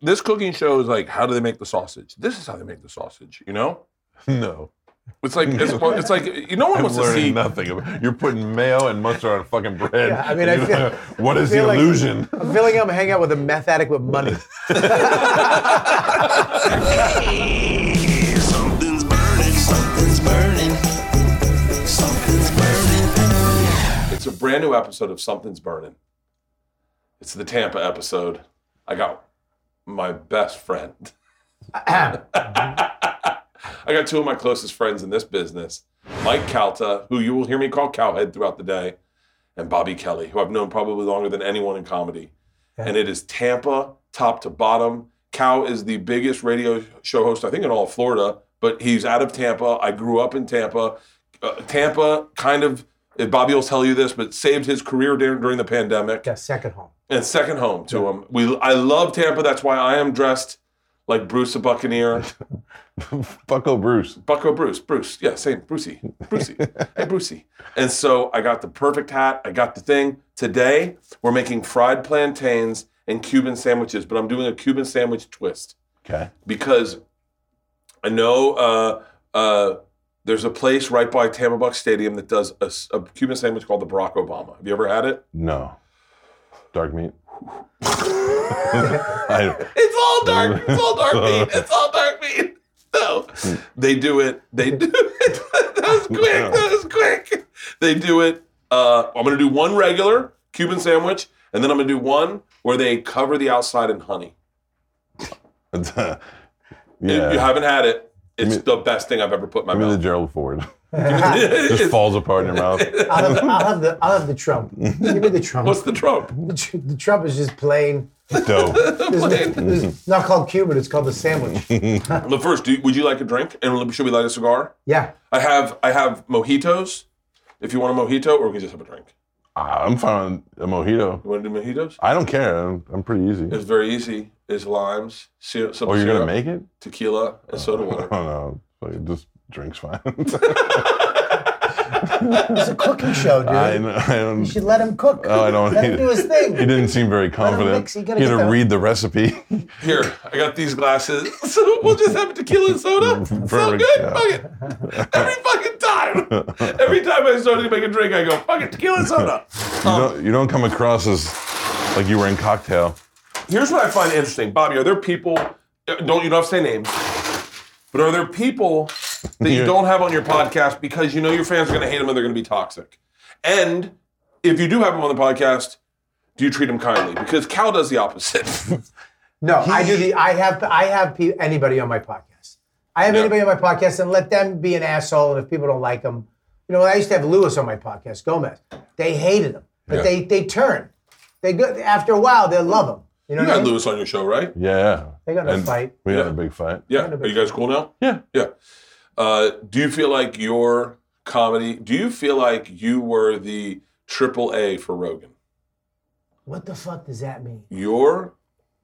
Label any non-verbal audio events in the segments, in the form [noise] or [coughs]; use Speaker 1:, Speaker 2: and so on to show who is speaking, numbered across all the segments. Speaker 1: this cooking show is like, how do they make the sausage? This is how they make the sausage. You know,
Speaker 2: No.
Speaker 1: it's like it's, it's like no one
Speaker 2: I'm
Speaker 1: wants to
Speaker 2: learning
Speaker 1: see.
Speaker 2: nothing. about- You're putting mayo and mustard on fucking bread.
Speaker 3: Yeah, I mean, I
Speaker 2: and you
Speaker 3: feel-
Speaker 2: know, what is
Speaker 3: feel
Speaker 2: the
Speaker 3: like- [laughs]
Speaker 2: illusion?
Speaker 3: I'm feeling I'm hanging out with a meth addict
Speaker 2: [laughs]
Speaker 3: with money.
Speaker 4: Something's burning, something's burning, something's burning.
Speaker 1: It's a brand new episode of Something's Burning. It's the Tampa episode. I got my best friend. I got two of my closest friends in this business Mike Calta, who you will hear me call Cowhead throughout the day, and Bobby Kelly, who I've known probably longer than anyone in comedy. And it is Tampa, top to bottom. Cow is the biggest radio show host, I think, in all of Florida, but he's out of Tampa. I grew up in Tampa. Uh, Tampa kind of, Bobby will tell you this, but saved his career during, during the pandemic
Speaker 3: Yeah, second home.
Speaker 1: and second home to him. We I love Tampa. That's why I am dressed like Bruce the Buccaneer.
Speaker 2: Bucko Bruce.
Speaker 1: Bucko Bruce, Bruce, yeah, same, Brucey, Brucey, hey Brucey. And so I got the perfect hat. I got the thing. Today we're making fried plantains and Cuban sandwiches, but I'm doing a Cuban sandwich twist
Speaker 2: Okay.
Speaker 1: because I know uh, uh, there's a place right by Tampa Buck Stadium that does a, s- a Cuban sandwich called the Barack Obama. Have you ever had it?
Speaker 2: No. Dark meat. [laughs] I,
Speaker 1: It's all
Speaker 2: [laughs]
Speaker 1: dark. It's all dark meat. It's all dark [laughs] meat. So they do it. They do it. [laughs] that was quick. That was quick. They do it. Uh, I'm gonna do one regular Cuban sandwich, and then I'm gonna do one where they cover the outside in honey.
Speaker 2: [laughs] yeah.
Speaker 1: If you haven't had it, it's
Speaker 2: mean-
Speaker 1: the best thing I've ever put in my
Speaker 2: Give me the
Speaker 1: mouth.
Speaker 2: Gerald
Speaker 3: [laughs]
Speaker 2: Ford.
Speaker 1: [laughs]
Speaker 2: Just
Speaker 1: It's-
Speaker 2: falls apart in your mouth.
Speaker 3: I'll have, the- I'll have the I'll have the Trump. Give me the Trump.
Speaker 1: What's the Trump?
Speaker 3: The, tr- the Trump is just plain.
Speaker 2: Dope.
Speaker 3: [laughs] There's, there's, it's not called Cuban. It's called
Speaker 2: [laughs]
Speaker 3: the sandwich.
Speaker 1: But first, do, would you like a drink? And should we light a cigar?
Speaker 3: Yeah.
Speaker 1: I have I have mojitos. If you want a mojito, or we can just have a drink.
Speaker 2: Ah, I'm fine with a mojito.
Speaker 1: You want to do mojitos?
Speaker 2: I don't care. I'm, I'm pretty easy.
Speaker 1: It's very easy. It's limes, syrup, some
Speaker 2: Oh, you're
Speaker 1: syrup,
Speaker 2: gonna make it?
Speaker 1: tequila, and
Speaker 2: [laughs]
Speaker 1: soda water.
Speaker 2: Oh no. Like, just drinks
Speaker 3: [laughs]
Speaker 2: fine. [laughs]
Speaker 3: It's a cooking show, dude.
Speaker 2: I, I don't.
Speaker 3: You should let him cook.
Speaker 2: Oh, I don't
Speaker 3: Let
Speaker 2: need
Speaker 3: him do
Speaker 2: it.
Speaker 3: his thing.
Speaker 2: He didn't seem very confident.
Speaker 3: mix, you
Speaker 2: He had
Speaker 3: gotta get
Speaker 2: to
Speaker 3: the-
Speaker 2: read the recipe. [laughs]
Speaker 1: Here, I got these glasses. [laughs] So we'll just have tequila and
Speaker 2: [laughs]
Speaker 1: soda. So
Speaker 2: Perfect,
Speaker 1: good.
Speaker 2: yeah.
Speaker 1: Fuck it. Every fucking time.
Speaker 2: [laughs]
Speaker 1: Every time I start to make a drink, I go, fuck it, tequila and soda. Oh,
Speaker 2: You
Speaker 3: Oh.
Speaker 2: don't, you don't come across as like you were in cocktail.
Speaker 1: Here's what I find interesting. Bobby, are there people, don't you don't have to say names, but are there people that you
Speaker 2: Yeah.
Speaker 1: don't have on your podcast because you know your fans are going to hate them and they're going to be toxic? And if you do have them on the podcast, do you treat them kindly? Because Cal does the opposite. [laughs]
Speaker 3: No, I do the. I have. I have pe- anybody on my podcast. I have
Speaker 1: Yeah.
Speaker 3: anybody on my podcast, and let them be an asshole. And if people don't like them, you know, I used to have Lewis on my podcast, Gomez. They hated him, but
Speaker 1: Yeah.
Speaker 3: they they turn. They go after a while. They love him. You know,
Speaker 1: You
Speaker 3: what I
Speaker 1: had
Speaker 3: mean?
Speaker 1: Lewis on your show, right?
Speaker 2: Yeah.
Speaker 3: they got in a
Speaker 2: And
Speaker 3: fight.
Speaker 2: We had
Speaker 1: Yeah.
Speaker 2: a big fight.
Speaker 1: Yeah. Are you guys cool now?
Speaker 2: Yeah.
Speaker 1: Yeah. Uh, do you feel like your comedy? Do you feel like you were the triple A for Rogan?
Speaker 3: What the fuck does that mean?
Speaker 1: Your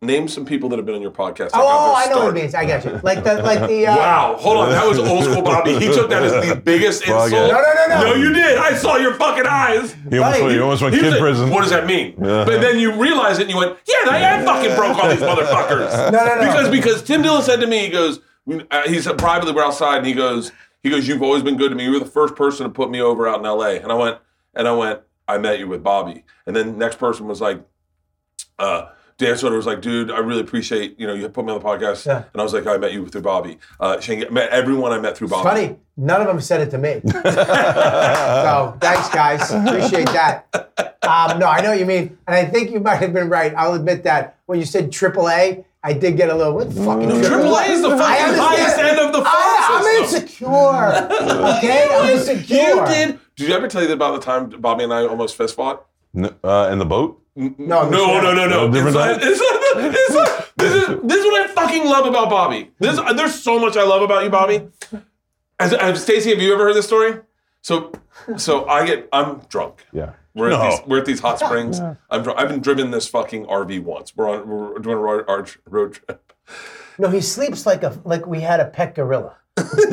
Speaker 1: name some people that have been on your podcast. that got
Speaker 3: Oh,
Speaker 1: their
Speaker 3: I know what it
Speaker 1: start.
Speaker 3: means. I got you. Like the like
Speaker 1: [laughs]
Speaker 3: the. Uh,
Speaker 1: Wow, hold on, that was old school Bobby. He took that as
Speaker 2: [laughs]
Speaker 1: the biggest
Speaker 2: Fuck
Speaker 1: insult.
Speaker 2: it. No,
Speaker 3: no,
Speaker 1: [laughs]
Speaker 3: no, no.
Speaker 1: No, you did. I saw your fucking eyes.
Speaker 2: He almost,
Speaker 3: Right.
Speaker 2: went, he almost went
Speaker 1: He
Speaker 2: kid
Speaker 1: was like,
Speaker 2: prison.
Speaker 1: What does that mean? But then you realize it and you went, yeah, I am fucking broke
Speaker 2: [laughs]
Speaker 1: on these motherfuckers.
Speaker 3: No, no, no.
Speaker 1: Because because Tim Dillon said to me, he goes, uh, he's privately we're outside and he goes, he goes, you've always been good to me. You were the first person to put me over out in L.A. And I went, and I went, I met you with Bobby. And then next person was like, uh, Dan Soder was like, dude, I really appreciate you know you put me on the podcast.
Speaker 3: Yeah.
Speaker 1: And I was like, I met you through Bobby. Uh, Shane, met everyone I met through Bobby.
Speaker 3: Funny, none of them said it to me.
Speaker 1: Uh.
Speaker 3: so thanks, guys. Appreciate that. Um, no, I know what you mean, and I think you might have been right. I'll admit that when you said AAA, I did get a little. What the fucking
Speaker 1: Triple A is the
Speaker 3: I
Speaker 1: fucking
Speaker 3: understand.
Speaker 1: highest end of the phone
Speaker 3: I, I'm
Speaker 1: system.
Speaker 3: insecure. Okay, I'm insecure.
Speaker 1: You did. Did you ever tell you that about the time Bobby and I almost fist fought?
Speaker 2: [laughs] N- uh, in the boat?
Speaker 1: Mm.
Speaker 3: No,
Speaker 1: No, no, no, no.
Speaker 2: No, Oh, different
Speaker 1: It's-
Speaker 2: time?
Speaker 1: it's- it's- this, is, this is what I fucking love about Bobby. This, there's so much I love about you, Bobby. As, as Stacey, have you ever heard this story? So, so I get, I'm drunk.
Speaker 2: Yeah.
Speaker 1: We're,
Speaker 2: No.
Speaker 1: at these, we're at these hot springs. I'm dr- I've been driven this fucking RV once. We're on, we're doing a road, our road trip.
Speaker 3: No, he sleeps like a like we had a pet gorilla.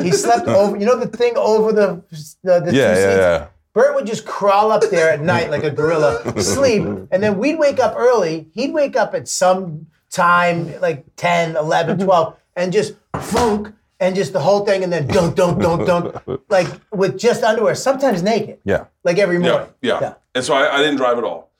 Speaker 3: He slept over. You know the thing over the the, the
Speaker 2: Yeah,
Speaker 3: two
Speaker 2: yeah,
Speaker 3: seats?
Speaker 2: yeah.
Speaker 3: Bert would just crawl up there at night like a gorilla, sleep, and then we'd wake up early. He'd wake up at some time, like 10, 11, 12, and just funk and just the whole thing, and then dunk, dunk, dunk, dunk, like with just underwear, sometimes naked.
Speaker 2: Yeah.
Speaker 3: Like every morning.
Speaker 1: Yeah, yeah. And so I, I didn't drive at all.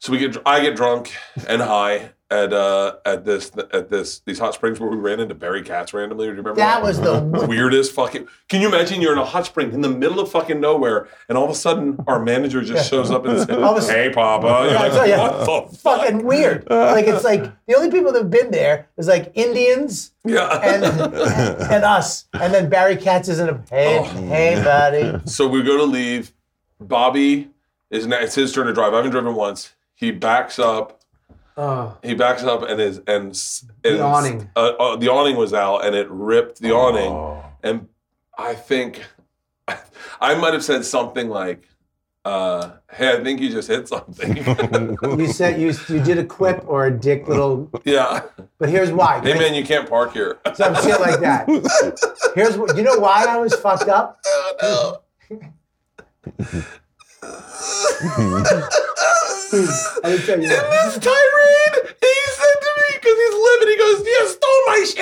Speaker 1: So we get dr- I get drunk and high at uh at this at this these hot springs where we ran into Barry Katz randomly. Do you remember
Speaker 3: That
Speaker 1: [laughs]
Speaker 3: was the
Speaker 1: weirdest fucking? Can you imagine you're in a hot spring in the middle of fucking nowhere and all of a sudden our manager just shows up and
Speaker 3: All of a
Speaker 1: says,
Speaker 3: sudden-
Speaker 1: "Hey, Papa," you're
Speaker 3: Yeah, I
Speaker 1: like,
Speaker 3: tell ya.
Speaker 1: what the fuck?
Speaker 3: fucking weird. Like it's like the only people that've been there is like Indians
Speaker 1: Yeah. [laughs]
Speaker 3: and and us, and then Barry Katz is in a hey
Speaker 1: Oh.
Speaker 3: hey buddy.
Speaker 1: So we go to leave. Bobby is now it's his turn to drive. I haven't driven once. He backs up.
Speaker 3: Oh.
Speaker 1: He backs up and is and, s- and s-
Speaker 5: awning.
Speaker 1: Uh, uh, the awning was out and it ripped the
Speaker 2: Oh.
Speaker 1: awning. And I think [laughs] I might have said something like, uh, "Hey, I think you just hit something." [laughs]
Speaker 3: [laughs] You said you you did a quip or a dick little,
Speaker 1: yeah.
Speaker 3: but here's why.
Speaker 1: Hey man, you can't park here. [laughs]
Speaker 3: Some shit like that. Here's what you know why I was fucked up.
Speaker 1: [laughs]
Speaker 3: [laughs] I
Speaker 1: [laughs]
Speaker 3: didn't tell you that.
Speaker 1: this tirade he said to me because he's livid. He goes, "You stole my [laughs]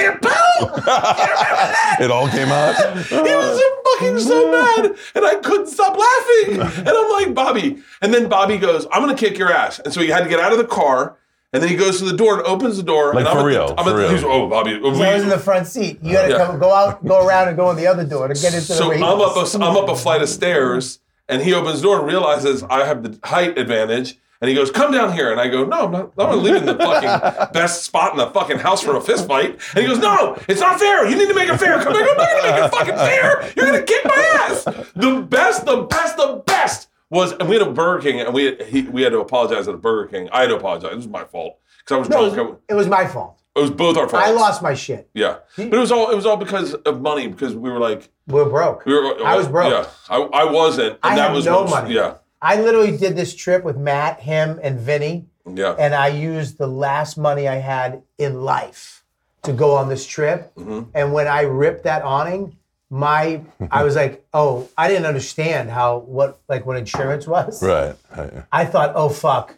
Speaker 1: shampoo."
Speaker 2: It all came
Speaker 3: [laughs]
Speaker 2: out.
Speaker 1: He was so fucking
Speaker 2: [laughs]
Speaker 1: so mad, and I couldn't stop laughing. And I'm like, Bobby. And then Bobby goes, I'm gonna kick your ass. And so he had to get out of the car, and then he goes to the door and opens the door.
Speaker 2: Like,
Speaker 1: and
Speaker 2: for
Speaker 1: I'm
Speaker 2: real,
Speaker 1: At the, I'm
Speaker 2: for
Speaker 1: at the-
Speaker 2: real.
Speaker 1: he's- oh, Bobby.
Speaker 3: So I was in the front seat. You had to
Speaker 1: Yeah.
Speaker 3: come, go out, go around, and go in the other door to get into the.
Speaker 1: so
Speaker 3: way he
Speaker 1: I'm up,
Speaker 3: was.
Speaker 1: a, I'm up a flight of stairs, and he opens the door and realizes I have the height advantage. And he goes, "Come down here." And I go, "No, I'm not. I'm not leaving the
Speaker 3: [laughs]
Speaker 1: fucking best spot in the fucking house for a fist fight." And he goes, "No, it's not fair. You need to make it fair. Come back. I'm not gonna make it fucking fair. You're gonna kick my ass." The best, the best, the best was, and we had a Burger King, and we he, we had to apologize at a Burger King. I had to apologize. It was my fault because I was
Speaker 3: No,
Speaker 1: drunk.
Speaker 3: it was, it was my fault.
Speaker 1: It was both our fault.
Speaker 3: I lost my shit.
Speaker 1: Yeah, but it was all it was all because of money because we were like.
Speaker 3: We're broke.
Speaker 1: We were, oh,
Speaker 3: I was broke.
Speaker 1: Yeah, I, I wasn't. And
Speaker 3: I
Speaker 1: that
Speaker 3: had
Speaker 1: was
Speaker 3: no
Speaker 1: when-
Speaker 3: money.
Speaker 1: Yeah,
Speaker 3: I literally did this trip with Matt, him, and Vinny,
Speaker 1: yeah.
Speaker 3: and I used the last money I had in life to go on this trip. And when I ripped that awning, my I was like, [laughs] oh, I didn't understand how what like what insurance was.
Speaker 2: Right. right.
Speaker 3: I thought, oh fuck,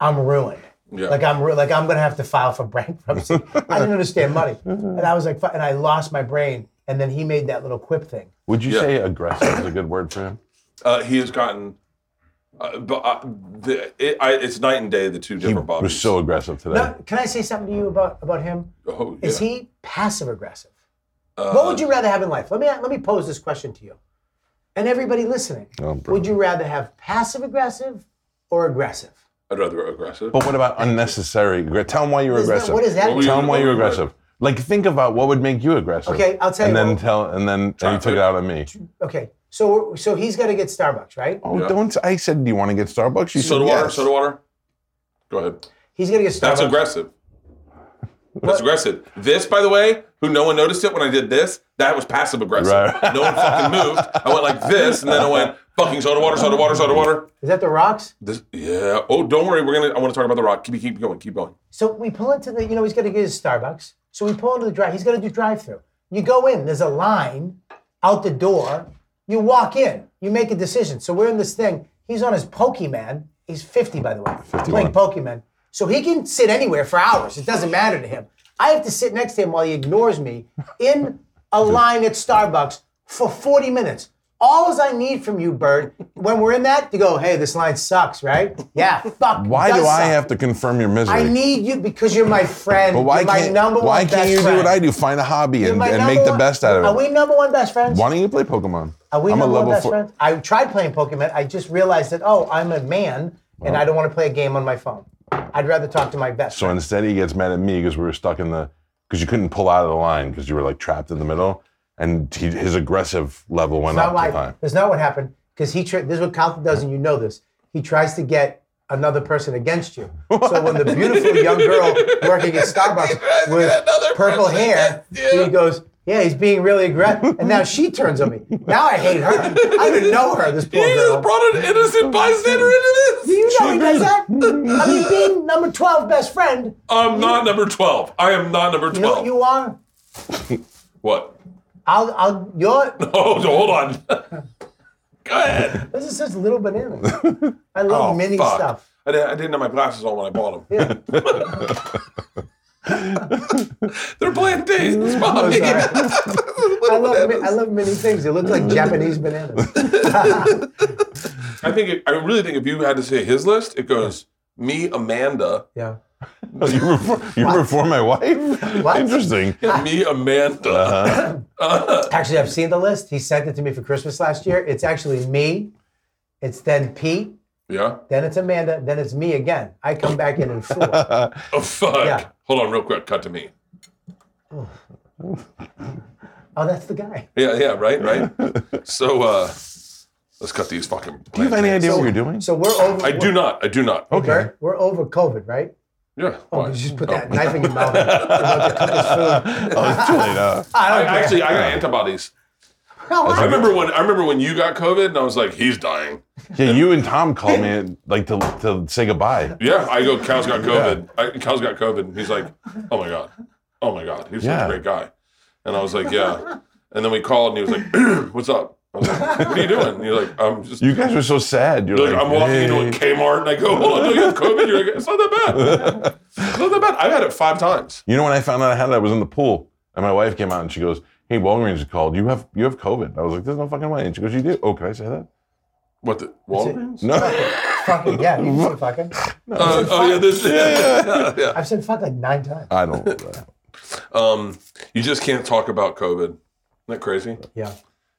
Speaker 3: I'm ruined.
Speaker 1: Yeah.
Speaker 3: Like I'm ru- like I'm gonna have to file for [laughs] bankruptcy. I didn't understand money, and I was like, fu- and I lost my brain. And then he made that little quip thing.
Speaker 2: Would you
Speaker 1: Yeah.
Speaker 2: say aggressive is a good word for him?
Speaker 1: uh, he has gotten, uh, but uh, the, it, I, it's night and day the two
Speaker 2: He
Speaker 1: different bodies.
Speaker 2: was so aggressive today.
Speaker 3: Now, can I say something to you about about him?
Speaker 1: Oh,
Speaker 3: Is
Speaker 1: yeah.
Speaker 3: he passive aggressive?
Speaker 1: Uh,
Speaker 3: What would you rather have in life? Let me let me pose this question to you, and everybody listening.
Speaker 2: Oh, bro.
Speaker 3: would you rather have passive aggressive or aggressive?
Speaker 1: I'd rather aggressive.
Speaker 2: But what about unnecessary? aggre- Tell him why you're
Speaker 3: What is that-
Speaker 2: aggressive.
Speaker 3: what is that?
Speaker 1: What were you-
Speaker 2: Tell him why
Speaker 1: what were
Speaker 2: you're
Speaker 1: you-
Speaker 2: aggressive. Like think about what would make you aggressive.
Speaker 3: Okay, I'll tell
Speaker 2: and
Speaker 3: you
Speaker 2: Then
Speaker 3: what-
Speaker 2: tell, and then and you took it out on me.
Speaker 3: Okay, so so he's got to get Starbucks, right?
Speaker 2: Oh,
Speaker 1: Yeah.
Speaker 2: don't! I said, do you want to get Starbucks? You said
Speaker 1: soda water.
Speaker 2: yes.
Speaker 1: Soda water. Go ahead.
Speaker 3: He's gonna get Starbucks.
Speaker 1: That's
Speaker 3: [laughs]
Speaker 1: aggressive. That's aggressive. This, by the way, who no one noticed it when I did this, that was passive aggressive.
Speaker 2: Right.
Speaker 1: No one fucking moved. I went like this, and then I went fucking soda water, soda water, soda water.
Speaker 3: Is that the rocks?
Speaker 1: This, yeah. Oh, don't worry. We're gonna. I want to talk about the rock. Keep keep going. Keep going.
Speaker 3: So we pull into the, you know, he's gonna get his Starbucks. So we pull into the drive. He's gonna do drive-through. You go in. There's a line out the door. You walk in. You make a decision. So we're in this thing. He's on his Pokemon. He's 50, by the way, playing Pokemon. So he can sit anywhere for hours. It doesn't matter to him. I have to sit next to him while he ignores me in
Speaker 2: [laughs]
Speaker 3: a line at Starbucks for 40 minutes. All I need from you, Bird, when we're in that, to go, hey, this line sucks, right? Yeah, fuck.
Speaker 2: Why do I
Speaker 3: have to?
Speaker 2: have to confirm your misery?
Speaker 3: I need you because you're my friend.
Speaker 2: But why
Speaker 3: you're my
Speaker 2: can't
Speaker 3: number one
Speaker 2: why can't
Speaker 3: best
Speaker 2: you
Speaker 3: friend.
Speaker 2: do what I do? Find a hobby
Speaker 3: You're
Speaker 2: and,
Speaker 3: my
Speaker 2: and
Speaker 3: number
Speaker 2: make the
Speaker 3: one-
Speaker 2: best out of it.
Speaker 3: Are we number one best friends?
Speaker 2: why don't you play Pokemon?
Speaker 3: Are we
Speaker 2: I'm a
Speaker 3: number one
Speaker 2: level
Speaker 3: best
Speaker 2: four.
Speaker 3: friends? I tried playing Pokemon. I just realized that oh, I'm a man and I don't want to play a game on my phone. I'd rather talk to my best.
Speaker 2: So instead, he gets mad at me because we were stuck in the because you couldn't pull out of the line because you were like trapped in the middle, and he, his aggressive level went
Speaker 3: That's
Speaker 2: up
Speaker 3: not why.
Speaker 2: the time.
Speaker 3: That's not what happened. Because he tri- this is what Calvin does, and you know this. He tries to get another person against you. So when the beautiful young girl working at Starbucks with purple hair, he goes, "Yeah, he's being really aggressive." And now she turns on me. Now I hate her. I don't even know her. This poor
Speaker 1: He just
Speaker 3: girl.
Speaker 1: brought an
Speaker 3: [laughs]
Speaker 1: innocent bystander into this.
Speaker 3: Do you know he does that? I mean, being number twelve best friend.
Speaker 1: I'm not number 12. I am not number
Speaker 3: You know
Speaker 1: 12.
Speaker 3: what you are?
Speaker 1: what? [laughs]
Speaker 3: I'll, I'll, you're,
Speaker 1: Oh, so hold on. [laughs] Go ahead.
Speaker 3: this is such little bananas. I love mini
Speaker 1: Oh, Fuck.
Speaker 3: stuff.
Speaker 1: I didn't, I didn't have my glasses on when I bought them.
Speaker 3: Yeah.
Speaker 1: [laughs] They're plantains, Bobby.
Speaker 3: sorry. I love, ma- I love many things. They look like Japanese bananas.
Speaker 1: [laughs] I think it, I really think if you had to say his list, it goes me,
Speaker 3: [laughs]
Speaker 1: Amanda,
Speaker 3: Yeah.
Speaker 2: you refer, you refer my wife?
Speaker 3: [laughs] What?
Speaker 2: Interesting.
Speaker 1: me, Amanda.
Speaker 3: Uh-huh. Actually, I've seen the list. He sent it to me for Christmas last year. It's actually me. It's then Pete.
Speaker 1: Yeah.
Speaker 3: Then it's Amanda. Then it's me again. I come back in in four.
Speaker 1: Oh fuck.
Speaker 3: Yeah.
Speaker 1: Hold on, real quick. Cut to me.
Speaker 3: Oh, that's the guy.
Speaker 1: Yeah, yeah, right,
Speaker 2: [laughs]
Speaker 1: right. so uh let's cut these fucking.
Speaker 2: Do you have any
Speaker 1: plantains.
Speaker 2: idea what you're doing?
Speaker 3: So we're over.
Speaker 1: I do not. I do not.
Speaker 3: We're, We're over COVID, right?
Speaker 1: Yeah.
Speaker 3: Oh,
Speaker 1: why?
Speaker 3: you just put that knife in your mouth. You're about to cook this food.
Speaker 2: oh, it's too late.
Speaker 3: [laughs]
Speaker 2: Uh,
Speaker 1: I actually I got antibodies.
Speaker 3: No,
Speaker 1: I
Speaker 3: I-
Speaker 1: remember when I remember when you got COVID and I was like, he's dying.
Speaker 2: yeah, you and Tom called me like to, to say goodbye.
Speaker 1: Yeah, I go, Cal's got COVID. I, Cal's got COVID. And he's like, oh my God. Oh my God. He's such
Speaker 2: Yeah.
Speaker 1: a great guy. And I was like, yeah. And then we called and he was like, [clears throat] what's up? I was like, what are you doing? And he's like, I'm just,
Speaker 2: You guys were so sad. You're
Speaker 1: like,
Speaker 2: like,
Speaker 1: I'm walking
Speaker 2: "Hey."
Speaker 1: into a Kmart and I go, hold on, don't you have COVID? You're like, it's not that bad. It's not that bad. I've had it five times.
Speaker 2: You know when I found out I had it, I was in the pool and my wife came out and she goes, Hey, Walgreens called. You have you have COVID. I was like, There's no fucking way. And she goes, You do? Oh, can I say that?
Speaker 1: What the? Walgreens?
Speaker 2: No.
Speaker 3: fucking yeah. You can say fucking.
Speaker 1: Uh, [laughs] oh, yeah, this. Yeah, [laughs] yeah.
Speaker 3: I've said fuck like nine times.
Speaker 2: I don't uh,
Speaker 1: Um, you just can't talk about COVID. Isn't that crazy?
Speaker 3: Yeah.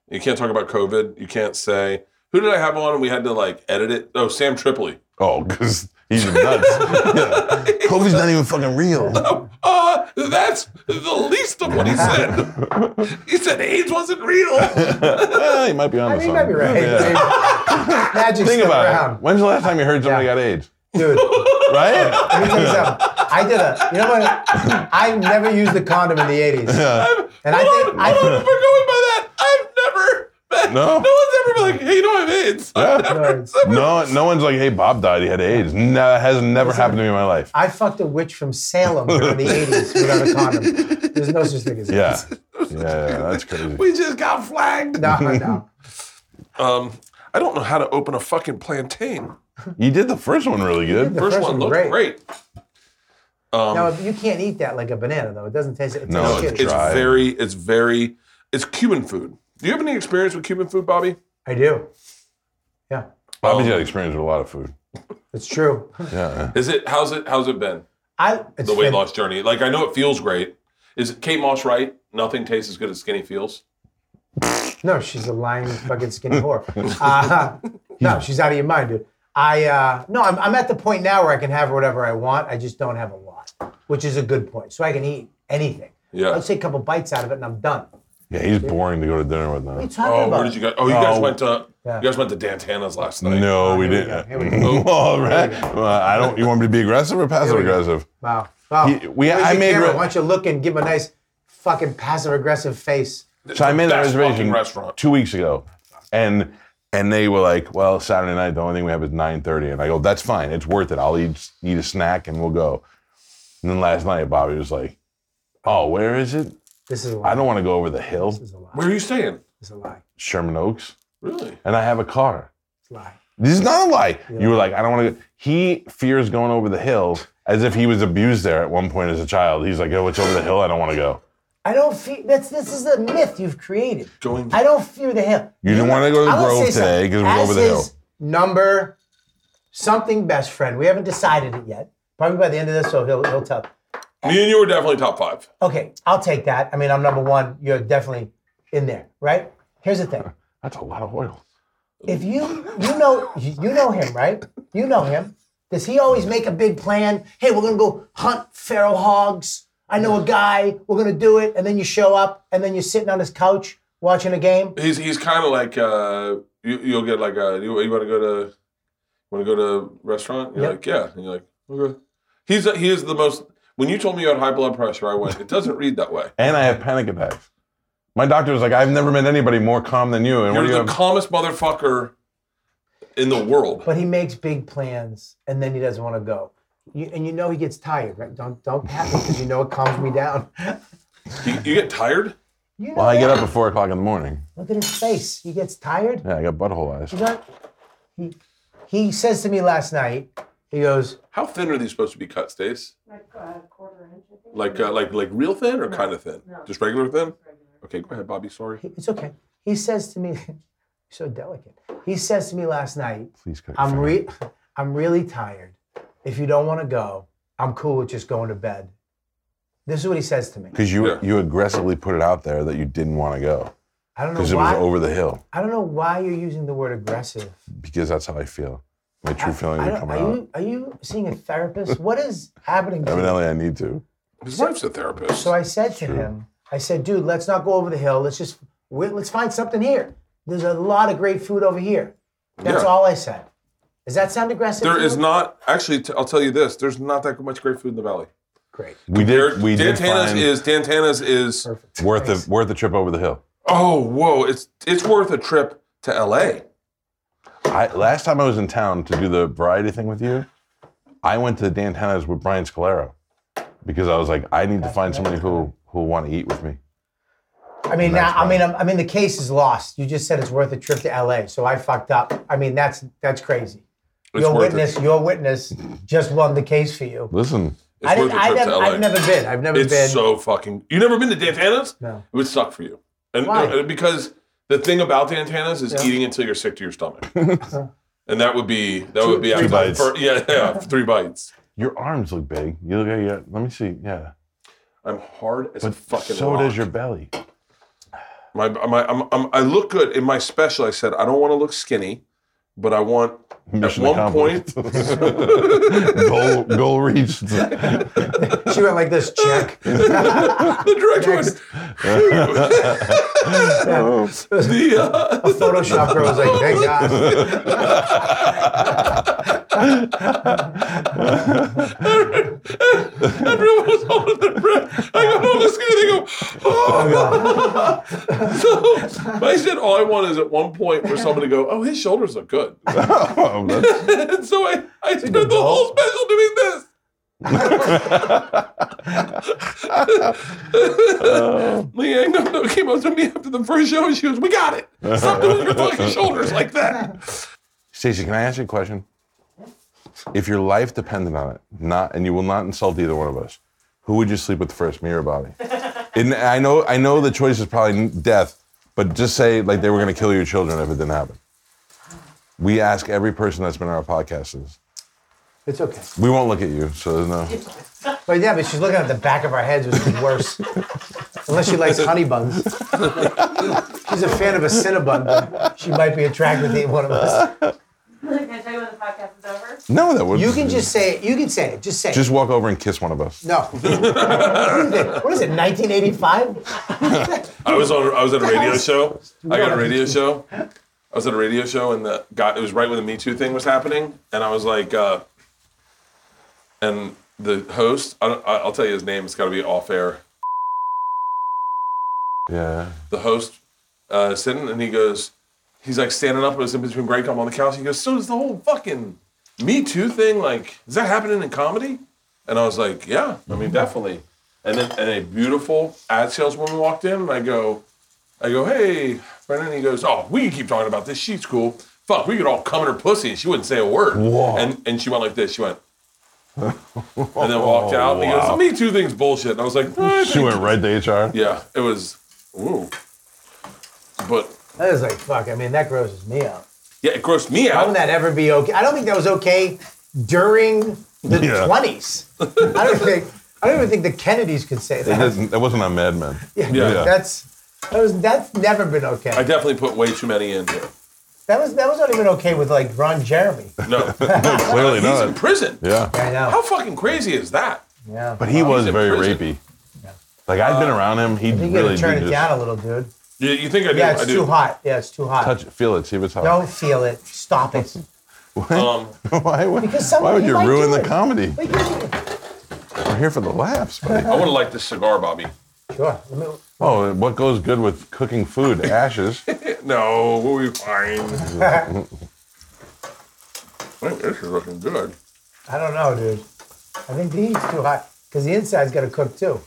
Speaker 1: You can't talk about COVID. You can't say, who did I have on? And we had to like edit it. Oh, Sam Tripoli.
Speaker 2: Oh, because he's nuts. [laughs] yeah. COVID's not even fucking real. [laughs]
Speaker 1: Uh, that's the least of what he
Speaker 2: [laughs]
Speaker 1: said. he said AIDS wasn't real.
Speaker 2: Eh, he might be on
Speaker 3: I
Speaker 2: the
Speaker 3: mean, you might be right.
Speaker 2: Yeah.
Speaker 3: Magic's
Speaker 2: Think
Speaker 3: still
Speaker 2: about it.
Speaker 3: around,
Speaker 2: When's the last time you heard somebody
Speaker 3: Yeah.
Speaker 2: got AIDS?
Speaker 3: dude.
Speaker 2: Right?
Speaker 3: Let me tell you something. I did a. You know what? I never used the condom in the '80s.
Speaker 2: Yeah.
Speaker 3: And I
Speaker 1: hold on,
Speaker 3: think I,
Speaker 1: hold on, if we're going by that. I've never. Met, No
Speaker 2: No?
Speaker 1: one's ever been like, hey, you know I have AIDS. I've
Speaker 2: Yeah.
Speaker 1: never-
Speaker 3: Nerds.
Speaker 1: never-
Speaker 2: No, no one's like, hey, Bob died. He had AIDS. No, that has never happened to me in my life.
Speaker 3: I fucked a witch from Salem during
Speaker 1: [laughs]
Speaker 3: the '80s without a condom. There's no such thing as that. [laughs]
Speaker 2: Yeah. Yeah, yeah, that's crazy.
Speaker 1: We just got flagged.
Speaker 3: No,
Speaker 1: [laughs]
Speaker 3: no.
Speaker 1: Um, I don't know how to open a fucking plantain.
Speaker 2: You did the first one really good.
Speaker 3: The
Speaker 1: First, one looked great. Um,
Speaker 3: Now you can't eat that like a banana though. It doesn't taste. It tastes
Speaker 2: No,
Speaker 3: no,
Speaker 2: it's
Speaker 3: shitty.
Speaker 1: It's
Speaker 2: Tried.
Speaker 1: very, it's very, it's Cuban food. Do you have any experience with Cuban food, Bobby?
Speaker 3: I do. Yeah,
Speaker 2: Bobby's got experience with a lot of food.
Speaker 3: it's true.
Speaker 2: Yeah.
Speaker 1: Is it, how's it, how's it been?
Speaker 3: I it's
Speaker 1: the weight
Speaker 3: been-
Speaker 1: loss journey. Like I know it feels great. Is Kate Moss right? Nothing tastes as good as skinny feels.
Speaker 3: No, she's a lying fucking skinny whore.
Speaker 2: [laughs]
Speaker 3: Uh, no, she's out of your mind, dude. I uh, no, I'm, I'm at the point now where I can have whatever I want. I just don't have a lot, which is a good point. So I can eat anything.
Speaker 1: Yeah.
Speaker 3: I'll take a couple bites out of it and I'm done. What
Speaker 2: Yeah, he's boring to go to dinner with
Speaker 3: are you
Speaker 2: now.
Speaker 3: talking
Speaker 1: Oh,
Speaker 3: about?
Speaker 1: where did you guys? Oh, you guys
Speaker 2: Oh.
Speaker 1: went to
Speaker 3: Yeah.
Speaker 1: you guys went to Dantana's last night.
Speaker 2: No, we
Speaker 3: here we
Speaker 2: didn't. [laughs]
Speaker 3: go, here we go.
Speaker 2: All right. Well, I don't. You want me to be aggressive or passive
Speaker 3: we go.
Speaker 2: aggressive?
Speaker 3: Wow. wow.
Speaker 2: He- we-
Speaker 3: Where's
Speaker 2: I
Speaker 3: your
Speaker 2: made
Speaker 3: camera?
Speaker 2: re-
Speaker 3: Why don't you look and give a nice fucking passive aggressive face?
Speaker 2: So I made that
Speaker 1: best fucking
Speaker 2: reservation
Speaker 1: restaurant.
Speaker 2: two weeks ago, and and they were like, "Well, Saturday night, the only thing we have is 9.30. And I go, "That's fine. It's worth it. I'll eat eat a snack and we'll go." And then last night, Bobby was like, "Oh, where is it?
Speaker 3: This is a lie.
Speaker 2: I don't want to go over the hill,
Speaker 3: This is a lie.
Speaker 1: Where are you staying?
Speaker 3: This is a lie.
Speaker 2: Sherman Oaks,
Speaker 1: Really?
Speaker 2: and I have a car."
Speaker 3: It's a lie.
Speaker 2: This is not a lie. You were like, I don't want to. He fears going over the hill as if he was abused there at one point as a child. He's like, oh, it's over the hill. I don't want to go.
Speaker 3: I don't feel that's this is a myth you've created.
Speaker 1: Going-
Speaker 3: I don't fear the hill.
Speaker 2: You didn't wanna go to the
Speaker 3: I'm gonna
Speaker 2: Grove
Speaker 3: say something.
Speaker 2: today 'cause it was
Speaker 3: As
Speaker 2: over the hill.
Speaker 3: his Number something best friend. We haven't decided it yet. Probably by the end of this, so he'll he'll tell.
Speaker 1: Me and you were definitely top five.
Speaker 3: Okay, I'll take that. I mean, I'm number one. You're definitely in there, right? Here's the thing.
Speaker 2: That's a lot of oil.
Speaker 3: If you you know you know him, right? You know him. Does he always make a big plan? Hey, we're gonna go hunt feral hogs. I know a guy. We're gonna do it, and then you show up, and then you're sitting on his couch watching a game.
Speaker 1: He's he's kind of like uh, you, you'll get like a you, you want to go to want to go to restaurant? You're
Speaker 3: Yep.
Speaker 1: like yeah, and you're like okay. He's a, he is the most. When you told me you had high blood pressure, I went. It doesn't read that way.
Speaker 2: And I have panic attacks. My doctor was like, I've never met anybody more calm than you. And what
Speaker 1: You're
Speaker 2: do you
Speaker 1: the
Speaker 2: have?
Speaker 1: calmest motherfucker in the world.
Speaker 3: But he makes big plans and then he doesn't want to go. You, and you know he gets tired, right? Don't don't pat me because you know it calms me down. [laughs]
Speaker 1: You, you get tired?
Speaker 3: You know
Speaker 2: Well, I get
Speaker 3: that.
Speaker 2: up at four o'clock in the morning.
Speaker 3: Look at his face. He gets tired.
Speaker 2: Yeah, I got butthole eyes.
Speaker 3: He's not- He, he says to me last night, he goes,
Speaker 1: How thin are these supposed to be cut, Stace?
Speaker 5: [laughs] Like a quarter inch, I think.
Speaker 1: Like uh, like like real thin or kind of thin?
Speaker 5: No.
Speaker 1: Just regular thin?
Speaker 5: regular.
Speaker 1: Okay, go ahead, Bobby. Sorry.
Speaker 3: It's okay. He says to me, [laughs] so delicate. He says to me last night,
Speaker 2: Please cut. your
Speaker 3: I'm
Speaker 2: finger.
Speaker 3: re- [laughs] I'm really tired. If you don't want to go, I'm cool with just going to bed. This is what he says to me.
Speaker 2: Because you
Speaker 1: Yeah.
Speaker 2: you aggressively put it out there that you didn't want to go
Speaker 3: I don't
Speaker 2: because it
Speaker 3: know
Speaker 2: was
Speaker 3: why.
Speaker 2: over the hill.
Speaker 3: I don't know why you're using the word aggressive.
Speaker 2: Because that's how I feel. My true
Speaker 3: I-
Speaker 2: feelings
Speaker 3: I
Speaker 2: are
Speaker 3: don't-
Speaker 2: coming
Speaker 3: are
Speaker 2: out.
Speaker 3: you are you seeing a
Speaker 2: [laughs]
Speaker 3: therapist? what is happening? To you?
Speaker 2: Evidently, I need to.
Speaker 1: His wife's a therapist.
Speaker 3: So I said to him, I said, dude, let's not go over the hill. Let's just we, let's find something here. There's a lot of great food over here. That's
Speaker 1: Yeah.
Speaker 3: all I said. Does that sound aggressive?
Speaker 1: there
Speaker 3: to
Speaker 1: is
Speaker 3: you?
Speaker 1: not actually. T- I'll tell you this. There's not that much great food in the valley.
Speaker 3: great.
Speaker 2: We did. We did
Speaker 1: Dantana's
Speaker 2: find
Speaker 1: is Dantana's is.
Speaker 3: Perfect.
Speaker 2: worth
Speaker 3: Thanks.
Speaker 2: the worth the trip over the hill.
Speaker 1: Oh whoa! It's it's worth a trip to L.A.
Speaker 2: I, last time I was in town to do the variety thing with you, I went to Dantana's with Brian Scalero because I was like, I need to find somebody who who will want to eat with me.
Speaker 3: I mean, now, I mean, I'm, I mean, the case is lost. You just said it's worth a trip to LA, so I fucked up. I mean, that's that's crazy.
Speaker 1: It's
Speaker 3: your
Speaker 1: worth
Speaker 3: witness, your witness, just won the case for you.
Speaker 2: Listen,
Speaker 1: It. It's
Speaker 3: I
Speaker 1: worth
Speaker 3: didn't.
Speaker 1: a
Speaker 3: I
Speaker 1: trip
Speaker 3: never,
Speaker 1: to L.A.
Speaker 3: I've never been. I've never
Speaker 1: it's
Speaker 3: been.
Speaker 1: so fucking. You never been to Dantana's?
Speaker 3: No.
Speaker 1: It would suck for you. And
Speaker 3: Why?
Speaker 1: uh, because the thing about Dantana's is
Speaker 3: Yeah.
Speaker 1: eating until you're sick to your
Speaker 2: [laughs]
Speaker 1: stomach. and that would be that would be
Speaker 3: three
Speaker 1: after the
Speaker 2: Uh-huh. bites.
Speaker 1: fir- yeah, yeah, three bites.
Speaker 2: your arms look big. You look. Yeah. Let me see. Yeah.
Speaker 1: I'm hard as a
Speaker 2: But
Speaker 1: fucking.
Speaker 2: so
Speaker 1: rock.
Speaker 2: does your belly.
Speaker 1: My, my, I'm, I'm, I look good in my special. I said I don't want to look skinny, but I want [laughs]
Speaker 2: Mission
Speaker 1: at one point.
Speaker 2: accomplished. [laughs] goal, goal [laughs] reached.
Speaker 3: she went like this.
Speaker 1: [laughs]
Speaker 3: Check.
Speaker 1: the director was
Speaker 2: Oh,
Speaker 1: the
Speaker 3: [laughs]
Speaker 1: uh,
Speaker 3: Photoshop girl was like, thank
Speaker 1: [laughs]
Speaker 3: God.
Speaker 1: everyone was holding their breath. I go, no, listen, they go, oh. [laughs] so, but I said, all I want is at one point for someone to go, oh, his shoulders look good. [laughs]
Speaker 2: Oh, that's-
Speaker 1: and so I, I spent the whole special doing this. Leanne no, no, came up to me after the first show and she goes, We got it. Stop doing your fucking shoulders like that.
Speaker 2: Stacey, can I ask you a question? If your life depended on it, not and you will not insult either one of us, who would you sleep with first, me or Bobby? And I know, I know the choice is probably death, but just say like they were going to kill your children if it didn't happen. We ask every person that's been on our podcast this.
Speaker 3: It's okay.
Speaker 2: We won't look at you, so there's no.
Speaker 3: But yeah, but she's looking at the back of our heads, which is worse. Unless she likes honey buns. she's a fan of a Cinnabon. but She might be attracted to one of us.
Speaker 5: Can I tell you when the podcast is over?
Speaker 2: No, that would.
Speaker 3: You can just say it. You can say it. Just say it.
Speaker 2: just walk over and kiss one of us.
Speaker 3: no. [laughs] what is it? 1985?
Speaker 1: I was on. I was at a radio show. I got a radio show. I was at a radio show, and the guy. It was right when the Me Too thing was happening, and I was like, uh, and the host. I don't, I- I'll tell you his name. It's got to be off air.
Speaker 3: [laughs]
Speaker 2: Yeah.
Speaker 1: The host uh, sitting, and he goes, he's like standing up. It was in between break. I'm on the couch. He goes, so is the whole fucking Me Too thing. Like, is that happening in comedy? And I was like, yeah. I
Speaker 2: Mm-hmm.
Speaker 1: mean, definitely. And then and a beautiful ad saleswoman walked in, and I go. I go, hey, Brennan. He goes, oh, we can keep talking about this. She's cool. Fuck, we could all come in her pussy. And she wouldn't say a word.
Speaker 2: Whoa.
Speaker 1: And and she went like this. She
Speaker 2: [laughs]
Speaker 1: went, and then walked out. And he goes, the Me Too thing's bullshit. And I was like, "Eh,
Speaker 2: She went right to HR.
Speaker 1: yeah, it was. Ooh. But
Speaker 3: That is like, fuck. I mean, that grosses me out.
Speaker 1: yeah, it grossed me
Speaker 3: How would
Speaker 1: out.
Speaker 3: that ever be okay? I don't think that was okay during the
Speaker 2: Yeah.
Speaker 3: 20s. I don't think. I don't even think the Kennedys could say
Speaker 2: That
Speaker 3: that.
Speaker 2: doesn't- that wasn't on Mad Men.
Speaker 1: Yeah.
Speaker 3: That's that was that's never been okay.
Speaker 1: I definitely put way too many in here.
Speaker 3: that was that was not even okay with like Ron Jeremy.
Speaker 1: No,
Speaker 2: Clearly
Speaker 1: he's in
Speaker 2: not.
Speaker 1: prison.
Speaker 2: Yeah.
Speaker 3: I know.
Speaker 1: How fucking crazy is that?
Speaker 3: yeah.
Speaker 2: But he was
Speaker 1: in
Speaker 2: very
Speaker 1: prison.
Speaker 2: rapey. Like I've been around him, he
Speaker 3: you
Speaker 2: really
Speaker 3: gotta turn
Speaker 2: did
Speaker 3: it
Speaker 2: just
Speaker 3: down a little, dude.
Speaker 1: You, you think I do?
Speaker 3: Yeah, it's
Speaker 1: I do.
Speaker 3: too hot. Yeah, it's too hot.
Speaker 2: touch it, feel it, see if it's hot.
Speaker 3: Don't feel it. Stop it.
Speaker 1: Um,
Speaker 2: [laughs] why would,
Speaker 3: Because
Speaker 2: why
Speaker 3: someone-
Speaker 2: would
Speaker 3: he
Speaker 2: you
Speaker 3: might
Speaker 2: ruin
Speaker 3: do
Speaker 2: the
Speaker 3: it.
Speaker 2: comedy?
Speaker 3: Wait, wait, wait.
Speaker 2: We're here for the laughs, buddy.
Speaker 1: I
Speaker 3: [laughs]
Speaker 1: would have liked this cigar, Bobby.
Speaker 3: Sure. Let me-
Speaker 2: Oh, what goes good with cooking food?
Speaker 3: [laughs]
Speaker 2: Ashes.
Speaker 1: No, we'll be fine. I think this is looking good.
Speaker 3: I don't know, dude. I think the heat's too hot because the inside's got to cook too.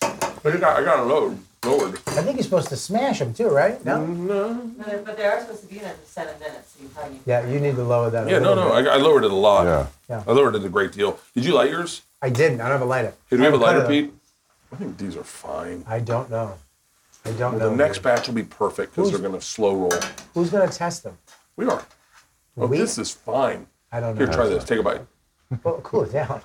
Speaker 1: But you got, I got a load. Lord.
Speaker 3: I think you're supposed to smash them too, right? Mm-hmm. No.
Speaker 5: No, they- But they are supposed to be in it for seven minutes, so you probably.
Speaker 3: Yeah, you need to lower that. a
Speaker 1: Yeah, no,
Speaker 3: little
Speaker 1: no.
Speaker 3: bit.
Speaker 1: I, I lowered it a lot.
Speaker 2: Yeah.
Speaker 3: Yeah.
Speaker 1: I lowered it a great deal. Did you light yours?
Speaker 3: I didn't. I don't have a lighter.
Speaker 1: Hey, do we have a
Speaker 3: I cut
Speaker 1: lighter,
Speaker 3: it.
Speaker 1: Pete? I think these are fine.
Speaker 3: I don't know. I don't know.
Speaker 1: The next batch will be perfect because they're going to slow roll.
Speaker 3: Who's going to test them?
Speaker 1: We are. Oh,
Speaker 3: We?
Speaker 1: this is fine.
Speaker 3: I don't know.
Speaker 1: Here, try this. Take a bite.
Speaker 3: Well, [laughs] cool it down.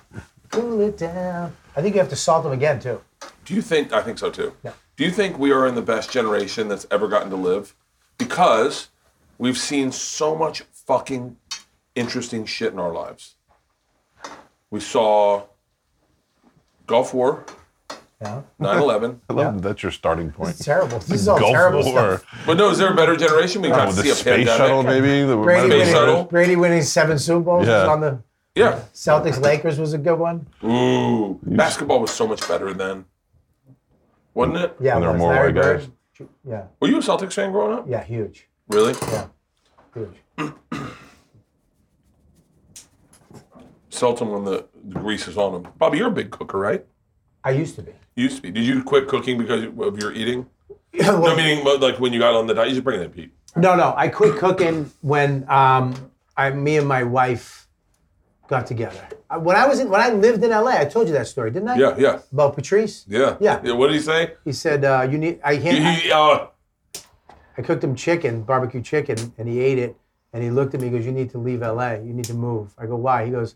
Speaker 3: Cool it down. I think you have to salt them again too.
Speaker 1: Do you think? I think so too.
Speaker 3: Yeah.
Speaker 1: Do you think we are in the best generation that's ever gotten to live? Because we've seen so much fucking interesting shit in our lives. We saw Gulf War,
Speaker 3: No,
Speaker 1: 9 11.
Speaker 2: I love that that's your starting
Speaker 3: it's
Speaker 2: point.
Speaker 3: terrible. This is all terrible stuff.
Speaker 1: But no, is there a better generation? We got
Speaker 2: Oh,
Speaker 1: to
Speaker 2: the
Speaker 1: see a
Speaker 2: space
Speaker 1: pandemic.
Speaker 2: shuttle, maybe. The
Speaker 3: Brady
Speaker 1: Space
Speaker 3: winning,
Speaker 1: shuttle.
Speaker 3: Brady winning seven Super Bowls
Speaker 2: Yeah.
Speaker 3: was on the
Speaker 1: Yeah.
Speaker 3: Celtics Lakers was a good one.
Speaker 1: Ooh. Basketball was so much better then. Wasn't it?
Speaker 3: Yeah,
Speaker 2: And there
Speaker 3: it
Speaker 2: are
Speaker 3: was.
Speaker 2: more
Speaker 3: Larry
Speaker 2: white guys.
Speaker 3: Bird. Yeah,
Speaker 1: Were you a Celtics fan growing up?
Speaker 3: yeah, huge,
Speaker 1: Really?
Speaker 3: yeah, huge.
Speaker 1: Salt them when the, the grease is on them. Bobby, you're a big cooker, right?
Speaker 3: I used to be.
Speaker 1: You used to be. Did you quit cooking because of your eating?
Speaker 3: Well,
Speaker 1: No, meaning but, like when you got on the diet. You should bring that, Pete.
Speaker 3: No, no. I quit cooking when um, I, me and my wife got together. I- When I was in, when I lived in LA, I told you that story, didn't I?
Speaker 1: Yeah, yeah,
Speaker 3: About Patrice.
Speaker 1: yeah,
Speaker 3: Yeah.
Speaker 1: What did he say?
Speaker 3: He said, uh, "You need." I,
Speaker 1: He,
Speaker 3: hand, I
Speaker 1: he, uh,
Speaker 3: I cooked him chicken, barbecue chicken, and he ate it. And he looked at me. He goes, "You need to leave LA. You need to move." I go, "Why?" He goes,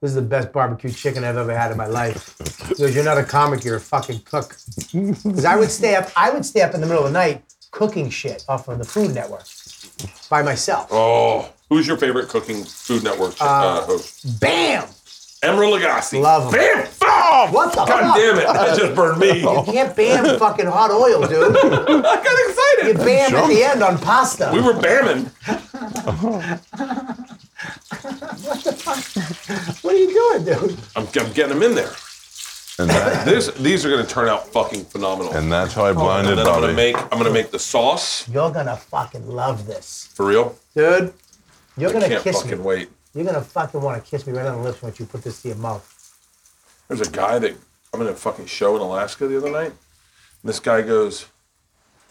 Speaker 3: "This is the best barbecue chicken I've ever had in my life." He goes, "You're not a comic. You're a fucking
Speaker 1: [laughs]
Speaker 3: cook." Because I would stay up. I would stay up in the middle of the night cooking shit off of the Food Network by myself.
Speaker 1: oh, who's your favorite cooking Food Network uh, host?
Speaker 3: Bam!
Speaker 1: Emeril Lagasse.
Speaker 3: Love him.
Speaker 1: Bam! Oh,
Speaker 3: What the
Speaker 1: God
Speaker 3: fuck?
Speaker 1: damn it! That just burned me.
Speaker 3: [laughs] You can't ban fucking hot oil, dude.
Speaker 1: [laughs] I got [laughs]
Speaker 3: You
Speaker 1: excited.
Speaker 3: bam at the end on pasta.
Speaker 1: We were bamming.
Speaker 3: what are you doing, dude?
Speaker 1: I'm, I'm getting them in there.
Speaker 2: And, that,
Speaker 1: This, these are gonna turn out fucking phenomenal. And,
Speaker 2: and that's how I blinded
Speaker 1: then I'm
Speaker 2: Bobby.
Speaker 1: gonna make I'm gonna make the sauce
Speaker 3: You're gonna fucking love this,
Speaker 1: for real.
Speaker 3: dude. You're gonna
Speaker 1: Can't
Speaker 3: kiss me.
Speaker 1: fucking wait.
Speaker 3: You're gonna fucking want to kiss me right on the lips once you put this to your mouth.
Speaker 1: There's a guy that I'm in a fucking show in Alaska the other night. And this guy goes,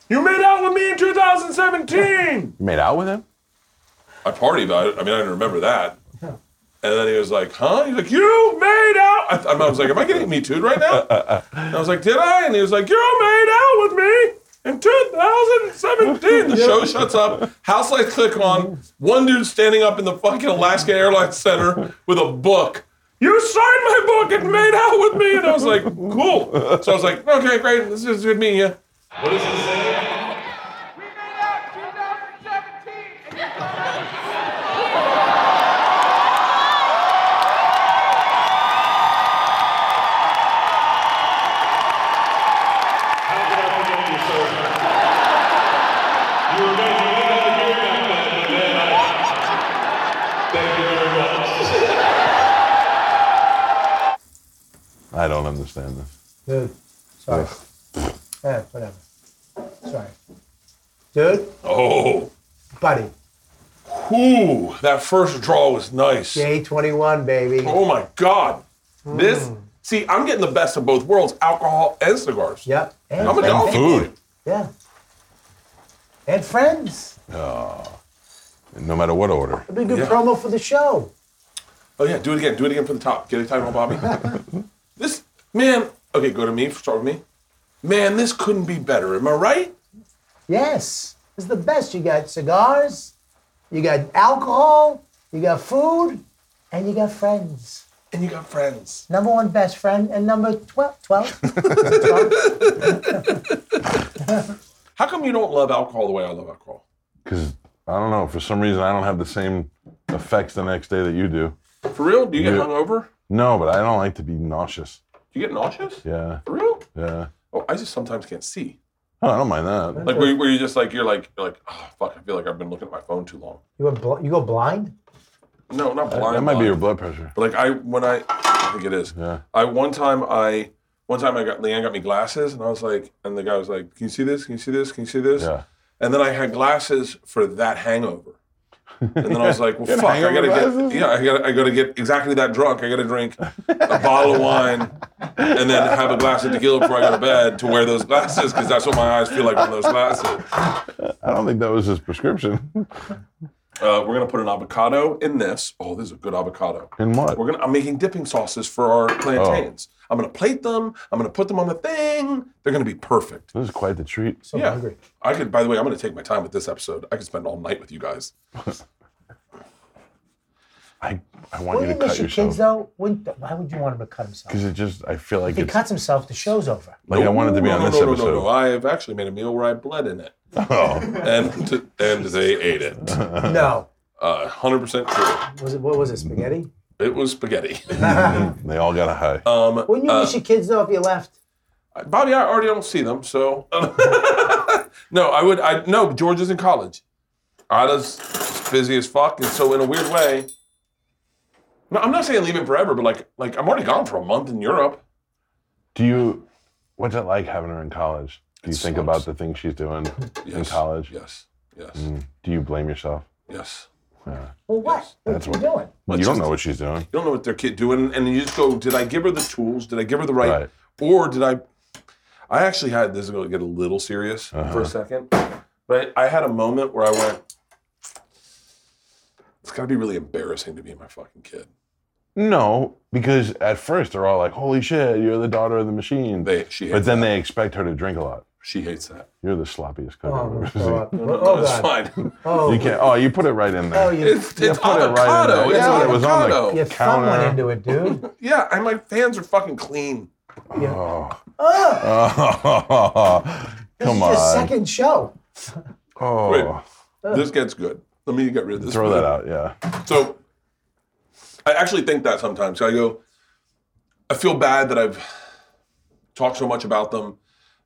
Speaker 1: "You made out with me in 2017."
Speaker 2: you made out with him?
Speaker 1: I partied, but I, I mean I didn't remember that. And then he was like, "Huh?" He's like, "You made out." I, th- I was like, "Am I getting me too right now?" And I was like, "Did I?" And he was like, "You made out with me." In 2017, the show shuts up. House lights click on. One dude standing up in the fucking Alaska Airlines Center with a book. You signed my book and made out with me, and I was like, "Cool." So I was like, "Okay, great. This is good meeting you."
Speaker 6: We made out 2017 and you got out.
Speaker 7: How could I forget you, sir? You were amazing. You had a year back then, and then I. Thank you very much.
Speaker 2: I don't understand this.
Speaker 3: Dude, sorry. Eh, whatever. Sorry. Dude,
Speaker 1: Oh,
Speaker 3: buddy.
Speaker 1: ooh, that first draw was nice.
Speaker 3: Day 21, baby.
Speaker 1: Oh my God. This, see, I'm getting the best of both worlds alcohol and cigars.
Speaker 3: Yep. And
Speaker 1: I'm a dog.
Speaker 2: Food.
Speaker 3: Yeah. And friends.
Speaker 2: No matter what order.
Speaker 3: It'd be a good
Speaker 1: Yeah.
Speaker 3: promo for the show.
Speaker 1: Oh, yeah, do it again. Do it again for the top. Get a title, Bobby. this, man, okay, go to me. Start with me. Man, this couldn't be better. Am I right?
Speaker 3: Yes, it's the best. You got cigars, you got alcohol, you got food, and you got friends.
Speaker 1: And you got friends.
Speaker 3: Number one best friend and number 12.
Speaker 2: [laughs]
Speaker 3: 12.
Speaker 1: How come you don't love alcohol the way I love alcohol?
Speaker 2: Because I don't know. For some reason, I don't have the same effects the next day that you do.
Speaker 1: For real? Do you get
Speaker 2: Yeah.
Speaker 1: hungover?
Speaker 2: No, but I don't like to be nauseous.
Speaker 1: Do you get nauseous?
Speaker 2: Yeah,
Speaker 1: For real?
Speaker 2: yeah.
Speaker 1: Oh, I just sometimes can't see.
Speaker 2: Oh, I don't mind that.
Speaker 1: Like, where, you- where you just like, you're like, you're like, oh, fuck, I feel like I've been looking at my phone too long.
Speaker 3: you, went bl- you go blind?
Speaker 1: No, not blind.
Speaker 2: that might be
Speaker 1: blind.
Speaker 2: your blood pressure.
Speaker 1: But like I when I I think it is.
Speaker 2: Yeah.
Speaker 1: I one time I one time I got Leanne got me glasses and I was like and the guy was like, Can you see this? Can you see this? Can you see this?
Speaker 2: Yeah.
Speaker 1: And then I had glasses for that hangover. And then I was
Speaker 2: [laughs]
Speaker 1: like, well, fuck, I gotta
Speaker 2: hangover glasses?
Speaker 1: get, yeah, I gotta, I gotta get exactly that drunk. I gotta drink a bottle of wine and then have a glass of tequila before I go to bed to wear those glasses because that's what my eyes feel like on those glasses.
Speaker 2: I don't think that was his prescription. [laughs]
Speaker 1: Uh, we're gonna put an avocado in this. Oh, this is a good avocado.
Speaker 2: In what? Oh.
Speaker 1: We're gonna. I'm making dipping sauces for our plantains. I'm going to plate them. I'm going to put them on the thing. They're going to be perfect.
Speaker 2: This is quite the treat.
Speaker 3: So
Speaker 1: yeah.
Speaker 3: hungry.
Speaker 1: I could, by the way, I'm going to take my time with this episode. I could spend all night with you guys.
Speaker 2: I, I want
Speaker 3: Wouldn't
Speaker 2: you to cut
Speaker 3: this your
Speaker 2: yourself
Speaker 3: kids though? Wouldn't th- why would you want him to cut himself?
Speaker 2: because it just I feel like
Speaker 3: If he
Speaker 2: it's
Speaker 3: cuts himself, the show's over.
Speaker 2: like Oh, I wanted to be
Speaker 1: No,
Speaker 2: on
Speaker 1: no,
Speaker 2: this
Speaker 1: no,
Speaker 2: episode.
Speaker 1: No, no, no. I've actually made a meal where I bled in it,
Speaker 2: Oh,
Speaker 1: and and they ate it.
Speaker 2: [laughs] Uh-huh.
Speaker 1: Uh,
Speaker 3: no.
Speaker 1: Hundred percent true.
Speaker 3: Was it what was it, spaghetti?
Speaker 2: Mm-hmm.
Speaker 1: It was spaghetti. [laughs]
Speaker 2: [laughs] they all got a high.
Speaker 1: Uh,
Speaker 3: Wouldn't
Speaker 2: Uh,
Speaker 3: you miss your kids though if you left?
Speaker 1: Bobby, I already don't see them, so [laughs] no, I would. I no. George is in college. Ida's busy as fuck, and so in a weird way. No, I'm not saying leave it forever, but like, like I'm already gone for a month in Europe.
Speaker 2: Do you? What's it like having her in college? Do you
Speaker 1: It
Speaker 2: think
Speaker 1: sucks.
Speaker 2: about the things she's doing in
Speaker 1: Yes,
Speaker 2: college? Mm.
Speaker 1: Yes, yes,
Speaker 2: Do you blame yourself?
Speaker 1: yes.
Speaker 3: Well, what? What
Speaker 2: That's
Speaker 3: you
Speaker 2: what-
Speaker 3: doing?
Speaker 2: [laughs] you don't
Speaker 1: just-
Speaker 2: know what she's doing.
Speaker 1: You don't know what their kid doing, and you just go, did I give her the tools? Did I give her the right,
Speaker 2: Right.
Speaker 1: or did I? I actually had this is going to get a little serious
Speaker 2: Uh-huh.
Speaker 1: for a second, but I had a moment where I went, it's got to be really embarrassing to be my fucking kid.
Speaker 2: No, because at first they're all like, "Holy shit, you're the daughter of the machine,"
Speaker 1: They she hates
Speaker 2: but then they expect her to drink a lot.
Speaker 1: she hates that.
Speaker 2: You're the sloppiest cook.
Speaker 3: Oh,
Speaker 2: I've [laughs] ever
Speaker 3: my
Speaker 2: seen.
Speaker 3: God. oh
Speaker 1: That's
Speaker 2: [laughs]
Speaker 3: God.
Speaker 1: fine.
Speaker 3: Oh,
Speaker 2: You can't. Oh, you put it right in there.
Speaker 3: oh, you,
Speaker 1: It's,
Speaker 2: Yeah,
Speaker 1: it's
Speaker 2: put it right in
Speaker 1: avocado.
Speaker 2: there.
Speaker 1: it's
Speaker 2: Yeah, it was on the-
Speaker 1: avocado.
Speaker 3: you thumb
Speaker 2: counter.
Speaker 3: went into it,
Speaker 2: [laughs]
Speaker 3: dude.
Speaker 1: yeah, and my fans are fucking clean.
Speaker 2: [laughs] Come
Speaker 3: Oh, this is your
Speaker 2: on.
Speaker 3: second show.
Speaker 2: Oh,
Speaker 1: Wait, this gets good. Let me get rid of this.
Speaker 2: throw that out. Yeah.
Speaker 1: So I actually think that sometimes. I go, I feel bad that I've talked so much about them.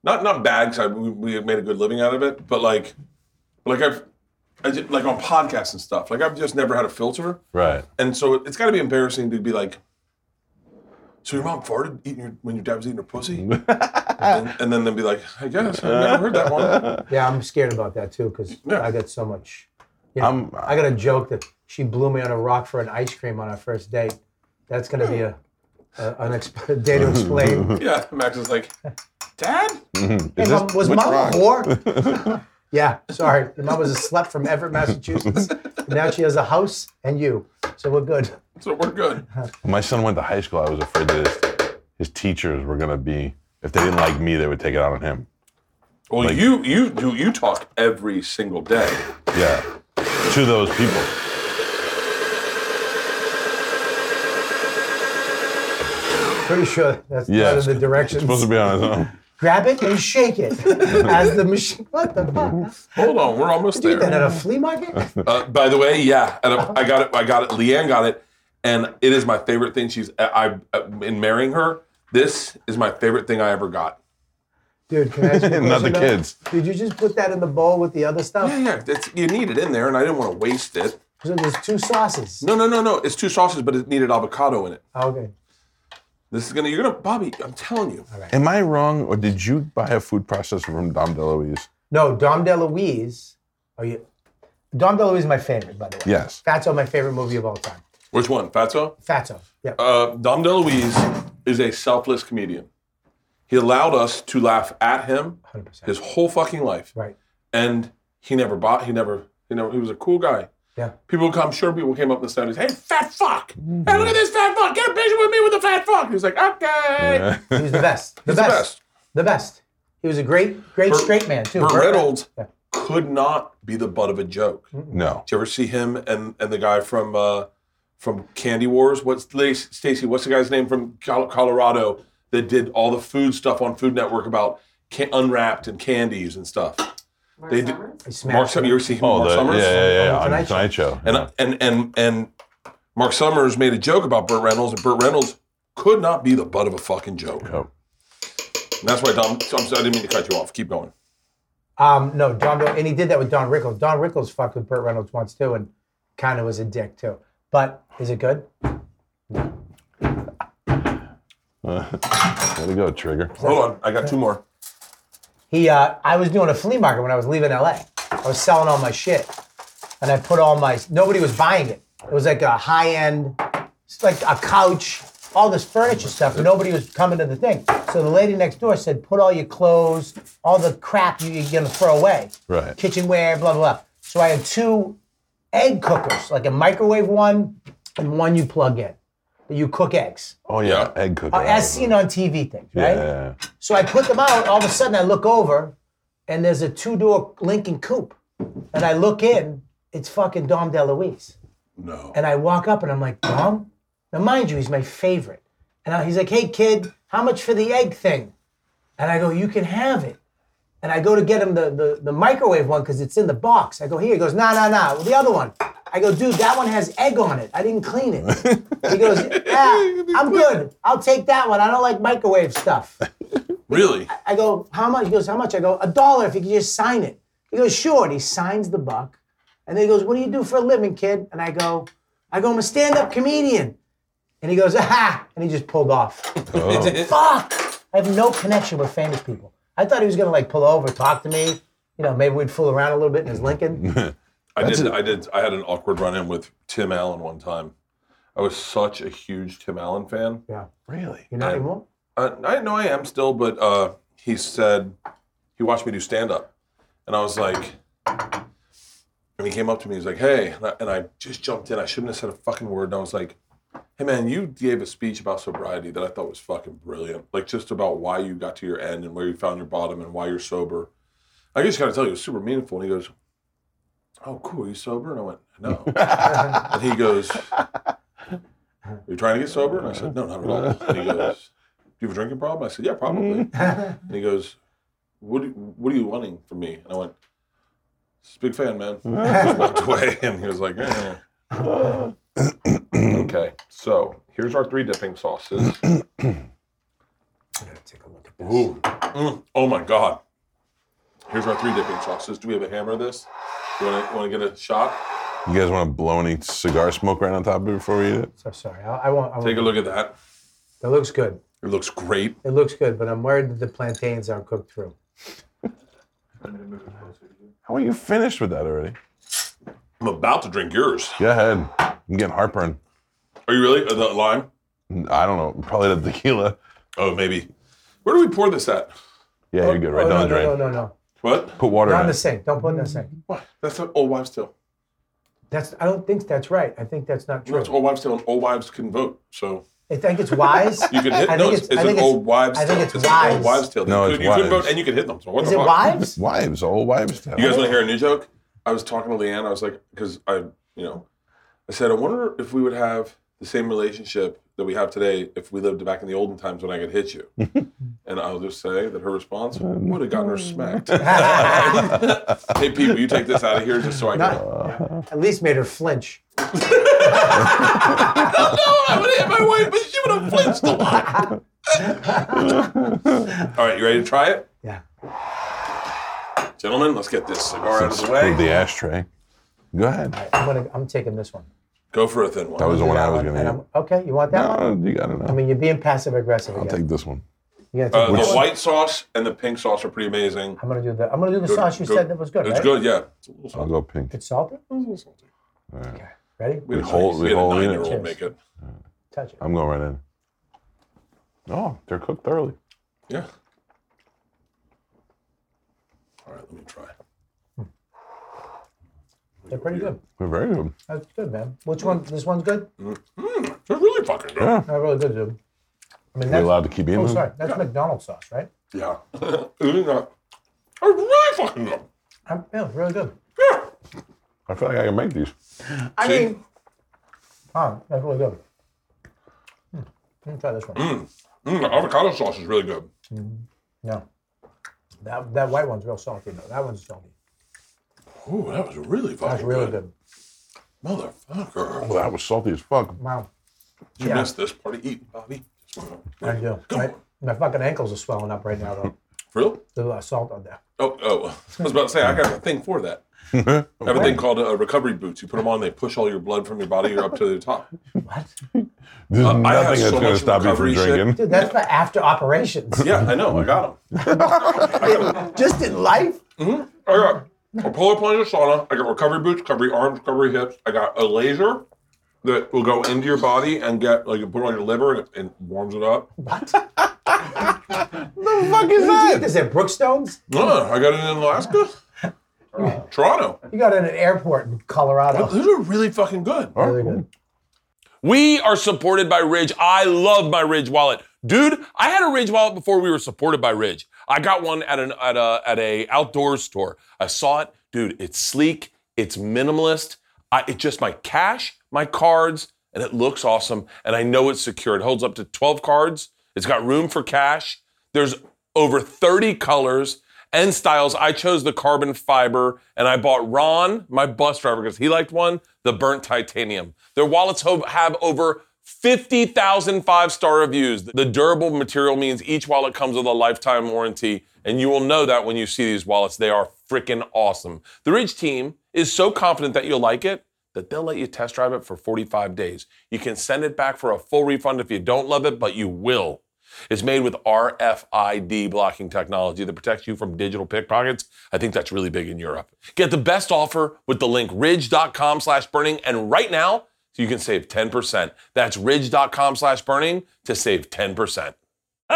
Speaker 1: Not not bad because we, we have made a good living out of it, but like, like I've, I ju- like on podcasts and stuff. Like I've just never had a filter,
Speaker 2: Right.
Speaker 1: and so it's got to be embarrassing to be like. So your mom farted eating your, when your dad was eating her pussy, and, then- and then they'd be like, "I guess I never heard that one."
Speaker 3: Yeah, I'm scared about that too because I got so much. You know,
Speaker 2: I'm-
Speaker 3: I got a joke that she blew me on a rock for an ice cream on our first date. That's gonna be a, a an exp- a day to
Speaker 2: [laughs]
Speaker 3: explain.
Speaker 1: Yeah, Max is like, "Dad,
Speaker 3: Hey, Mom, was
Speaker 2: which
Speaker 3: mom a
Speaker 2: rock?
Speaker 3: whore?
Speaker 2: [laughs]
Speaker 3: yeah, sorry. Your mom was a slut from
Speaker 2: [laughs]
Speaker 3: Everett, Massachusetts. And now she has a house and you, so we're good.
Speaker 1: so we're good."
Speaker 2: When my son went to high school, I was afraid that his, his teachers were gonna be if they didn't like me, they would take it out on him.
Speaker 1: Well, you you do you talk every single day.
Speaker 2: Yeah. To those people.
Speaker 3: Pretty sure that's
Speaker 2: Yeah.
Speaker 3: one of the
Speaker 2: It's
Speaker 3: directions.
Speaker 2: supposed to be on his
Speaker 3: [laughs]
Speaker 2: own.
Speaker 3: Grab it and
Speaker 2: [laughs]
Speaker 3: shake it as the machine. What the fuck?
Speaker 1: Hold on, we're almost
Speaker 3: Did you get that
Speaker 1: there.
Speaker 3: at a flea
Speaker 2: [laughs]
Speaker 3: market?
Speaker 1: Uh, by the way, yeah, and I, I got it. I got it. Leanne got it, and it is my favorite thing. She's uh, I, I in marrying her. This is my favorite thing I ever got.
Speaker 3: Dude, can I
Speaker 1: [laughs]
Speaker 3: ask you a question?
Speaker 2: Not the
Speaker 3: though?
Speaker 2: kids.
Speaker 3: Did you just put that in the bowl with the other stuff?
Speaker 1: Yeah, yeah. It's, you need it in there, and I didn't want to waste it.
Speaker 3: So there's two sauces.
Speaker 1: No, no, no, no. It's two sauces, but it needed avocado in it.
Speaker 3: Oh, okay.
Speaker 1: This is gonna. You're gonna, Bobby. I'm telling you.
Speaker 2: Am I wrong, or did you buy a food processor from Dom DeLuise?
Speaker 3: No, Dom DeLuise. Are you? Dom DeLuise is my favorite, by the way.
Speaker 2: Yes. [laughs]
Speaker 3: Fatso, my favorite movie of all time.
Speaker 1: Which one, Fatso?
Speaker 3: Fatso. Yeah.
Speaker 1: Uh, Dom DeLuise is a selfless comedian. He allowed us to laugh at him
Speaker 3: 100%.
Speaker 1: his whole fucking life.
Speaker 3: right.
Speaker 1: and he never bought. He never, you know, he was a cool guy.
Speaker 3: Yeah. Mm-hmm.
Speaker 1: People would come, sure, people came up in the stands, hey, fat fuck, hey, look at this fat fuck, get a picture with me with the fat fuck. He was like, okay,
Speaker 3: He was the best.
Speaker 1: [laughs]
Speaker 3: The
Speaker 1: He's
Speaker 3: best.
Speaker 1: the best.
Speaker 3: The best. He was a great, great
Speaker 1: Burt-
Speaker 3: straight man too.
Speaker 1: Burt
Speaker 3: Burt-
Speaker 1: Reynolds
Speaker 3: Yeah. Mm-hmm.
Speaker 1: could not be the butt of a joke. Did
Speaker 2: No.
Speaker 1: you ever see him and and the guy from uh, from Candy Wars? What's Stacy? What's the guy's name from Col- Colorado that did all the food stuff on Food Network about can- unwrapped and candies and stuff?
Speaker 5: Mark
Speaker 1: They do-
Speaker 5: Summers?
Speaker 3: He smashed
Speaker 1: Mark, Summers,
Speaker 3: it.
Speaker 1: you ever see him? on
Speaker 2: Oh,
Speaker 1: Mark
Speaker 2: the,
Speaker 1: Summers?
Speaker 2: yeah, yeah, yeah, yeah.
Speaker 3: On
Speaker 2: On
Speaker 3: the
Speaker 2: the
Speaker 3: Tonight
Speaker 2: Tonight Show.
Speaker 1: And uh, and and and Mark Summers made a joke about Burt Reynolds, and Burt Reynolds could not be the butt of a fucking joke.
Speaker 2: Oh.
Speaker 1: And that's why Dom. so I'm sorry, I didn't mean to cut you off. Keep going.
Speaker 3: Um, no, Don, Don- and he did that with Don Rickles. Don Rickles fucked with Burt Reynolds once too, and kind of was a dick too. But is it good?
Speaker 2: Oh. [laughs] There we go, Trigger.
Speaker 1: Hold on, I got two more.
Speaker 3: he uh, I was doing a flea market when I was leaving LA. I was selling all my shit, and I put all my nobody was buying it. It was like a high end, like a couch, all this furniture stuff. Nobody was coming to the thing. So the lady next door said, "Put all your clothes, all the crap you- you're gonna throw away,
Speaker 2: Right.
Speaker 3: Kitchenware, blah blah." blah. So I had two egg cookers, like a microwave one and one you plug in. that you cook eggs.
Speaker 2: Oh yeah, egg cooker.
Speaker 3: Uh, as seen on TV things, right?
Speaker 2: Yeah.
Speaker 3: So I put them out. All of a sudden, I look over, and there's a two-door Lincoln Coupe, and I look in. It's fucking Dom DeLuise,
Speaker 1: No.
Speaker 3: and I walk up, and I'm like, Dom. Now, mind you, he's my favorite, and I- he's like, Hey, kid, how much for the egg thing? And I go, You can have it. And I go to get him the the, the microwave one because it's in the box. I go here. He goes, Nah, nah, nah. Well, the other one. I go, dude, that one has egg on it. I didn't clean it. He goes, yeah, I'm good. I'll take that one. I don't like microwave stuff.
Speaker 1: Really?
Speaker 3: I go, how much? He goes, how much? I go, a dollar if you could just sign it. He goes, sure. And he signs the buck. And then he goes, what do you do for a living, kid? And I go, I go, I'm a stand-up comedian. And he goes, aha! And he just pulled off. Oh. [laughs] Fuck! I have no connection with famous people. I thought he was gonna like pull over, talk to me. You know, maybe we'd fool around a little bit in his [laughs] Lincoln.
Speaker 1: I did. I did. I had an awkward run-in with Tim Allen one time. I was such a huge Tim Allen fan.
Speaker 3: Yeah.
Speaker 2: Really?
Speaker 3: You're not anymore?
Speaker 1: Uh, I know I am still, but uh, he said he watched me do stand up, and I was like, and he came up to me. He's like, "Hey," and I, and I just jumped in. I shouldn't have said a fucking word. And I was like, "Hey, man, you gave a speech about sobriety that I thought was fucking brilliant. Like just about why you got to your end and where you found your bottom and why you're sober. I just gotta tell you, it was super meaningful." And he goes, "Oh, cool. Are you sober?" And I went, "No." and he goes, "Are you trying to get sober?" And I said, "No, not at all." And he goes you have a drinking problem? I said, yeah, probably. [laughs] and he goes, what, do- what are you wanting from me? And I went, "Just a big fan, man. Just walked away, and he was like, eh. okay, so here's our three dipping sauces. [clears throat]
Speaker 3: I gotta take a look at this.
Speaker 1: Ooh. Mm. Oh my God. Here's our three dipping sauces. Do we have a hammer of this? You want to get a shot?
Speaker 2: You guys want to blow any cigar smoke right on top of it before we eat it?
Speaker 3: So sorry. I, I won't. I won't.
Speaker 1: Take a look at that.
Speaker 3: That looks good.
Speaker 1: It looks great.
Speaker 3: It looks good, but I'm worried that the plantains aren't cooked through.
Speaker 2: How are you finished with that already?
Speaker 1: I'm about to drink yours.
Speaker 2: Go ahead. I'm getting heartburn.
Speaker 1: Are you really? Uh, The lime?
Speaker 2: I don't know. Probably the tequila.
Speaker 1: Oh, maybe. Where do we pour this at?
Speaker 2: Yeah, you're good. Right
Speaker 3: oh,
Speaker 2: down
Speaker 3: no,
Speaker 2: the drain.
Speaker 3: No, no, no, no.
Speaker 1: What?
Speaker 2: Put water
Speaker 3: Not
Speaker 2: in
Speaker 3: in the
Speaker 2: it.
Speaker 3: sink. Don't put it in the sink.
Speaker 1: What? That's an old wives' tale.
Speaker 3: That's. I don't think that's right. I think that's not
Speaker 1: No,
Speaker 3: true.
Speaker 1: it's old wives' tale, and old wives can vote. So
Speaker 3: I think it's wise.
Speaker 1: [laughs] you can hit.
Speaker 3: I
Speaker 1: no,
Speaker 3: think
Speaker 1: it's, it's an old wives'
Speaker 3: I
Speaker 1: tale.
Speaker 3: think it's
Speaker 1: an
Speaker 3: wives.
Speaker 1: old wives' tale.
Speaker 2: No,
Speaker 1: you
Speaker 2: it's
Speaker 1: could, you could
Speaker 2: wives.
Speaker 1: vote and you could hit them. So what
Speaker 3: Is
Speaker 1: the
Speaker 3: it
Speaker 1: fuck? [laughs]
Speaker 3: wives? [laughs]
Speaker 2: Wives, old wives tale.
Speaker 1: You guys want to hear a new joke? I was talking to Leanne. I was like, because I, you know, I said, I wonder if we would have the same relationship that we have today if we lived back in the olden times when I could hit
Speaker 3: [laughs]
Speaker 1: you. and I'll just say that her response
Speaker 3: Um,
Speaker 1: would have gotten her
Speaker 3: [laughs]
Speaker 1: smacked. hey, Pete, will you take this out of here just so I can?
Speaker 3: Not- At least made her flinch.
Speaker 1: I would hit my wife, but she would have flinched a lot.
Speaker 3: [laughs]
Speaker 1: All right, you ready to try it?
Speaker 3: Yeah.
Speaker 1: Gentlemen, let's get this cigar out of the
Speaker 2: Move
Speaker 1: way.
Speaker 2: the ashtray. Go ahead.
Speaker 3: I'm gonna. I'm taking this one.
Speaker 1: Go for a thin one. Uh,
Speaker 2: That was the one I
Speaker 3: That
Speaker 2: was
Speaker 3: one,
Speaker 2: going
Speaker 3: and
Speaker 2: to
Speaker 3: I'm- Okay, you want
Speaker 2: eat.
Speaker 3: that one?
Speaker 2: No, you got to know.
Speaker 3: I mean, you're being passive aggressive
Speaker 2: I'll
Speaker 3: again.
Speaker 2: take this one.
Speaker 3: you gotta
Speaker 1: uh,
Speaker 3: take this
Speaker 1: the
Speaker 3: one.
Speaker 1: white sauce and the pink sauce are pretty amazing.
Speaker 3: I'm gonna do the. I'm gonna do the
Speaker 1: Good-
Speaker 3: sauce you
Speaker 1: good-
Speaker 3: said that was good.
Speaker 1: It's
Speaker 3: right?
Speaker 1: good, yeah. It's a little
Speaker 2: I'll
Speaker 1: salty.
Speaker 2: go pink.
Speaker 3: It's salted. Okay. Ready?
Speaker 1: We had a
Speaker 2: hold-
Speaker 1: nine-
Speaker 2: we
Speaker 1: we had a
Speaker 2: hold it.
Speaker 1: nine-year-old
Speaker 3: Cheers.
Speaker 1: make it.
Speaker 3: Touch it.
Speaker 2: I'm going right in. Oh, they're cooked thoroughly.
Speaker 1: Yeah. All right, let me try.
Speaker 3: They're pretty good.
Speaker 2: They're very good.
Speaker 3: That's good, man. Which one? This one's good.
Speaker 1: Mm-hmm. Hmm, They're really fucking good.
Speaker 2: Yeah.
Speaker 3: Not really good, dude. I mean,
Speaker 2: Are we
Speaker 3: that's.
Speaker 2: allowed to keep eating
Speaker 3: Oh,
Speaker 2: them?
Speaker 3: sorry. That's McDonald's sauce, right?
Speaker 1: Yeah. [laughs] They're not- they're really fucking good.
Speaker 3: I'm, yeah, it's really good.
Speaker 1: Yeah.
Speaker 2: I feel like I can make these.
Speaker 3: I
Speaker 1: See?
Speaker 3: mean, oh, that's really good. Hmm. Let me try this one.
Speaker 1: Mm, the avocado sauce is really good.
Speaker 3: No, that that white one's real salty though. That one's salty.
Speaker 1: Ooh, that was really fucking
Speaker 3: That's really good.
Speaker 1: Motherfucker.
Speaker 2: Well, that was salty as fuck.
Speaker 3: Wow,
Speaker 1: Did you
Speaker 3: Yeah.
Speaker 1: miss this part of eating, Bobby?
Speaker 3: I do.
Speaker 1: Mm.
Speaker 3: Right? My fucking ankles are swelling up right now though.
Speaker 1: Real?
Speaker 3: There's a lot of salt on there.
Speaker 1: Oh, oh. [laughs] I was about to say, I got a thing for [laughs] that. I have a thing called uh, recovery boots. You put them on, they push all your blood from your body You're up to the top.
Speaker 3: What?
Speaker 2: There's
Speaker 1: Uh, I have
Speaker 2: nothing
Speaker 1: so
Speaker 2: that's going
Speaker 1: much
Speaker 2: to stop you from
Speaker 1: recovery shit.
Speaker 2: drinking.
Speaker 3: Dude, that's for after operations.
Speaker 1: Yeah, I know. I got them.
Speaker 3: Just in life?
Speaker 1: I got a polar plunge sauna. I got recovery boots, recovery arms, recovery hips. I got a laser that will go into your body and get, like, you put it on your liver and it, it warms it up.
Speaker 2: fuck is
Speaker 3: Is it Brookstones?
Speaker 1: Uh, I got it in Alaska, Toronto.
Speaker 3: You got in an airport in Colorado.
Speaker 1: Those are really fucking good.
Speaker 3: Really good.
Speaker 8: We are supported by Ridge. I love my Ridge wallet. Dude, I had a Ridge wallet before we were supported by Ridge. I got one at an at a at a outdoor store. I saw it. Dude, it's sleek, it's minimalist. I, it's just my cash, my cards, and it looks awesome. And I know it's secure. It holds up to 12 cards. It's got room for cash. There's over 30 colors and styles. I chose the carbon fiber, and I bought Ron, my bus driver, because he liked one, the burnt titanium. Their wallets ho- have over 50,000 five star reviews. The durable material means each wallet comes with a lifetime warranty, and you will know that when you see these wallets. They are freaking awesome. The Ridge team is so confident that you'll like it that they'll let you test drive it for 45 days. You can send it back for a full refund if you don't love it, but you will. It's made with RFID blocking technology that protects you from digital pickpockets. I think that's really big in Europe. Get the best offer with the link ridge.com slash burning. And right now, you can save 10%. That's ridge.com slash burning to save 10%. [laughs]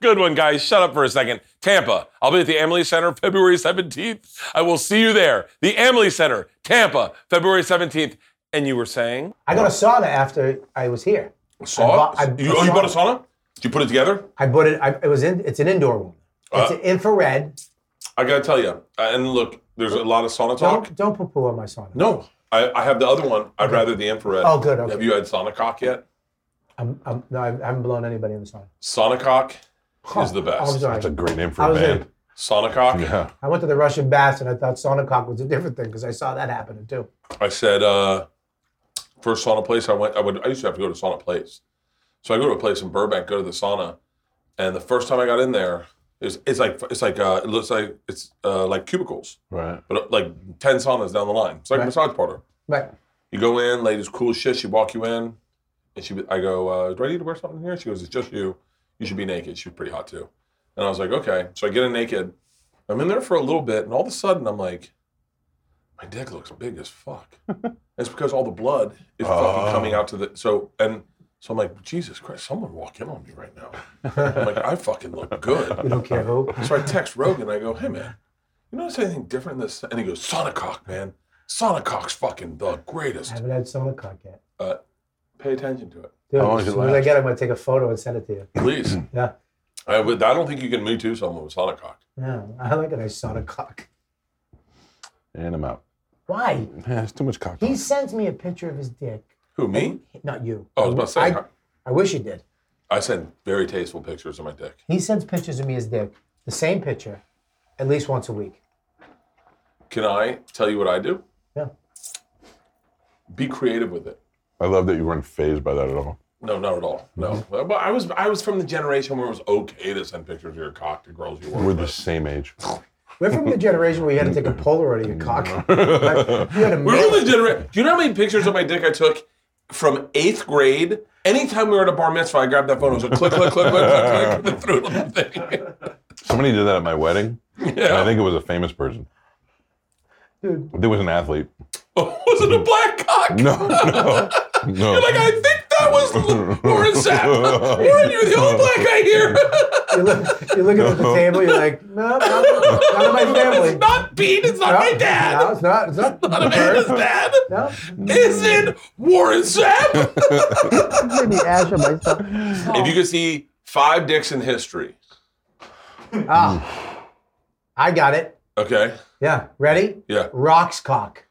Speaker 8: Good one, guys. Shut up for a second. Tampa. I'll be at the Amalie Center February 17th. I will see you there. The Amalie Center, Tampa, February 17th. And you were saying?
Speaker 3: I got a sauna after I was here.
Speaker 1: Saw?
Speaker 3: I bought- I-
Speaker 1: you, oh, you bought a sauna? Did you put it together?
Speaker 3: I bought it. I, it was in. It's an indoor one. It's an infrared.
Speaker 1: I gotta tell you. And look, there's a lot of sauna talk.
Speaker 3: Don't don't poo poo on my sauna.
Speaker 1: No, I, I have the other one. I'd rather the infrared.
Speaker 3: Oh, good, okay.
Speaker 1: Have you had sauna cock yet?
Speaker 3: I'm, I'm, no, I haven't blown anybody in the sauna.
Speaker 1: Sauna cock is the
Speaker 3: Oh, I'm
Speaker 1: best.
Speaker 2: That's a
Speaker 3: sorry.
Speaker 2: great
Speaker 3: I
Speaker 2: info,
Speaker 3: was
Speaker 2: man.
Speaker 3: in,
Speaker 1: Sauna cock.
Speaker 2: Yeah.
Speaker 3: I went to the Russian baths and I thought sauna cock was a different thing because I saw that happening too.
Speaker 1: I said, uh, first sauna place I went, I would, I used to have to go to sauna place. So I go to a place in Burbank, go to the sauna, and the first time I got in there, it's, it's like it's like uh, it looks like it's uh, like cubicles,
Speaker 2: Right.
Speaker 1: but uh, like ten saunas down the line. It's like a
Speaker 3: Right.
Speaker 1: massage parlor.
Speaker 3: But
Speaker 1: You go in, lady's cool as shit. She walk you in, and she, I go, uh, do I need to wear something here? She goes, it's just you. You should be naked. She was pretty hot too. And I was like, okay. So I get in naked. I'm in there for a little bit, and all of a sudden I'm like, my dick looks big as
Speaker 3: [laughs]
Speaker 1: fuck. it's because all the blood is
Speaker 3: Oh.
Speaker 1: fucking coming out to the so and so I'm like, Jesus Christ, someone walk in on me right now. I'm like, I fucking look good.
Speaker 3: you don't care who.
Speaker 1: [laughs] So I text Rogan. I go, "Hey man, you notice anything different in this?" And he goes, "Sonicock, man. Sonicock's fucking the
Speaker 3: I
Speaker 1: greatest.
Speaker 3: haven't had sauna cock yet.
Speaker 1: Uh, pay attention to it,
Speaker 3: Dude,
Speaker 2: long
Speaker 3: as
Speaker 2: does it
Speaker 3: soon as I
Speaker 2: last?
Speaker 3: get it, I'm gonna take a photo and send it to you.
Speaker 1: please."
Speaker 3: Yeah.
Speaker 1: I, would, I don't think you can me too someone with Sonicock.
Speaker 3: Yeah. I like a nice sauna cock.
Speaker 2: And I'm out.
Speaker 3: Why?
Speaker 2: Yeah, it's too much cock.
Speaker 3: He sends me a picture of his dick.
Speaker 1: Who me?
Speaker 3: Not you.
Speaker 1: Oh, I was about to say. I,
Speaker 3: I wish you did.
Speaker 1: I send very tasteful pictures of my dick.
Speaker 3: He sends pictures of me as dick, the same picture, at least once a week.
Speaker 1: Can I tell you what I do?
Speaker 3: Yeah.
Speaker 1: Be creative with it.
Speaker 2: I love that you weren't phased by that at all.
Speaker 1: No, not at all. No. Well, I was I was from the generation where it was okay to send pictures of your cock to girls you
Speaker 2: We're
Speaker 1: were
Speaker 2: the same [laughs] age.
Speaker 3: We're from the generation where you had to take a Polaroid of your cock.
Speaker 1: [laughs]
Speaker 3: Like, you had a
Speaker 1: We're
Speaker 3: mail-
Speaker 1: from the generation. Do you know how many pictures of my dick I took from eighth grade? Anytime we were at a bar mitzvah, I grabbed that phone. It was a click, click, click, click, click, click, through the thing.
Speaker 2: Somebody did that at my wedding. And I think it was a famous person.
Speaker 3: Dude.
Speaker 2: There was an athlete. [laughs]
Speaker 1: was it a black cock?
Speaker 2: No, [laughs] no, no.
Speaker 1: Like I think that [laughs] was Lauren Sapp. Lauren, you're the only black guy here. [laughs]
Speaker 3: You look, you look at the table, you're like, no, no, not in my family.
Speaker 1: it's not Pete. It's not
Speaker 3: no,
Speaker 1: my dad.
Speaker 3: No, it's not. It's not.
Speaker 1: Not a man, it's dad.
Speaker 3: No,
Speaker 1: Is it Warren Sapp?
Speaker 3: I'm in the ash of
Speaker 1: [laughs]
Speaker 3: myself.
Speaker 1: If you could see five dicks in history,
Speaker 3: Ah, I got it.
Speaker 1: okay,
Speaker 3: Yeah, ready?
Speaker 1: yeah,
Speaker 3: Rock's
Speaker 1: [laughs]
Speaker 3: cock.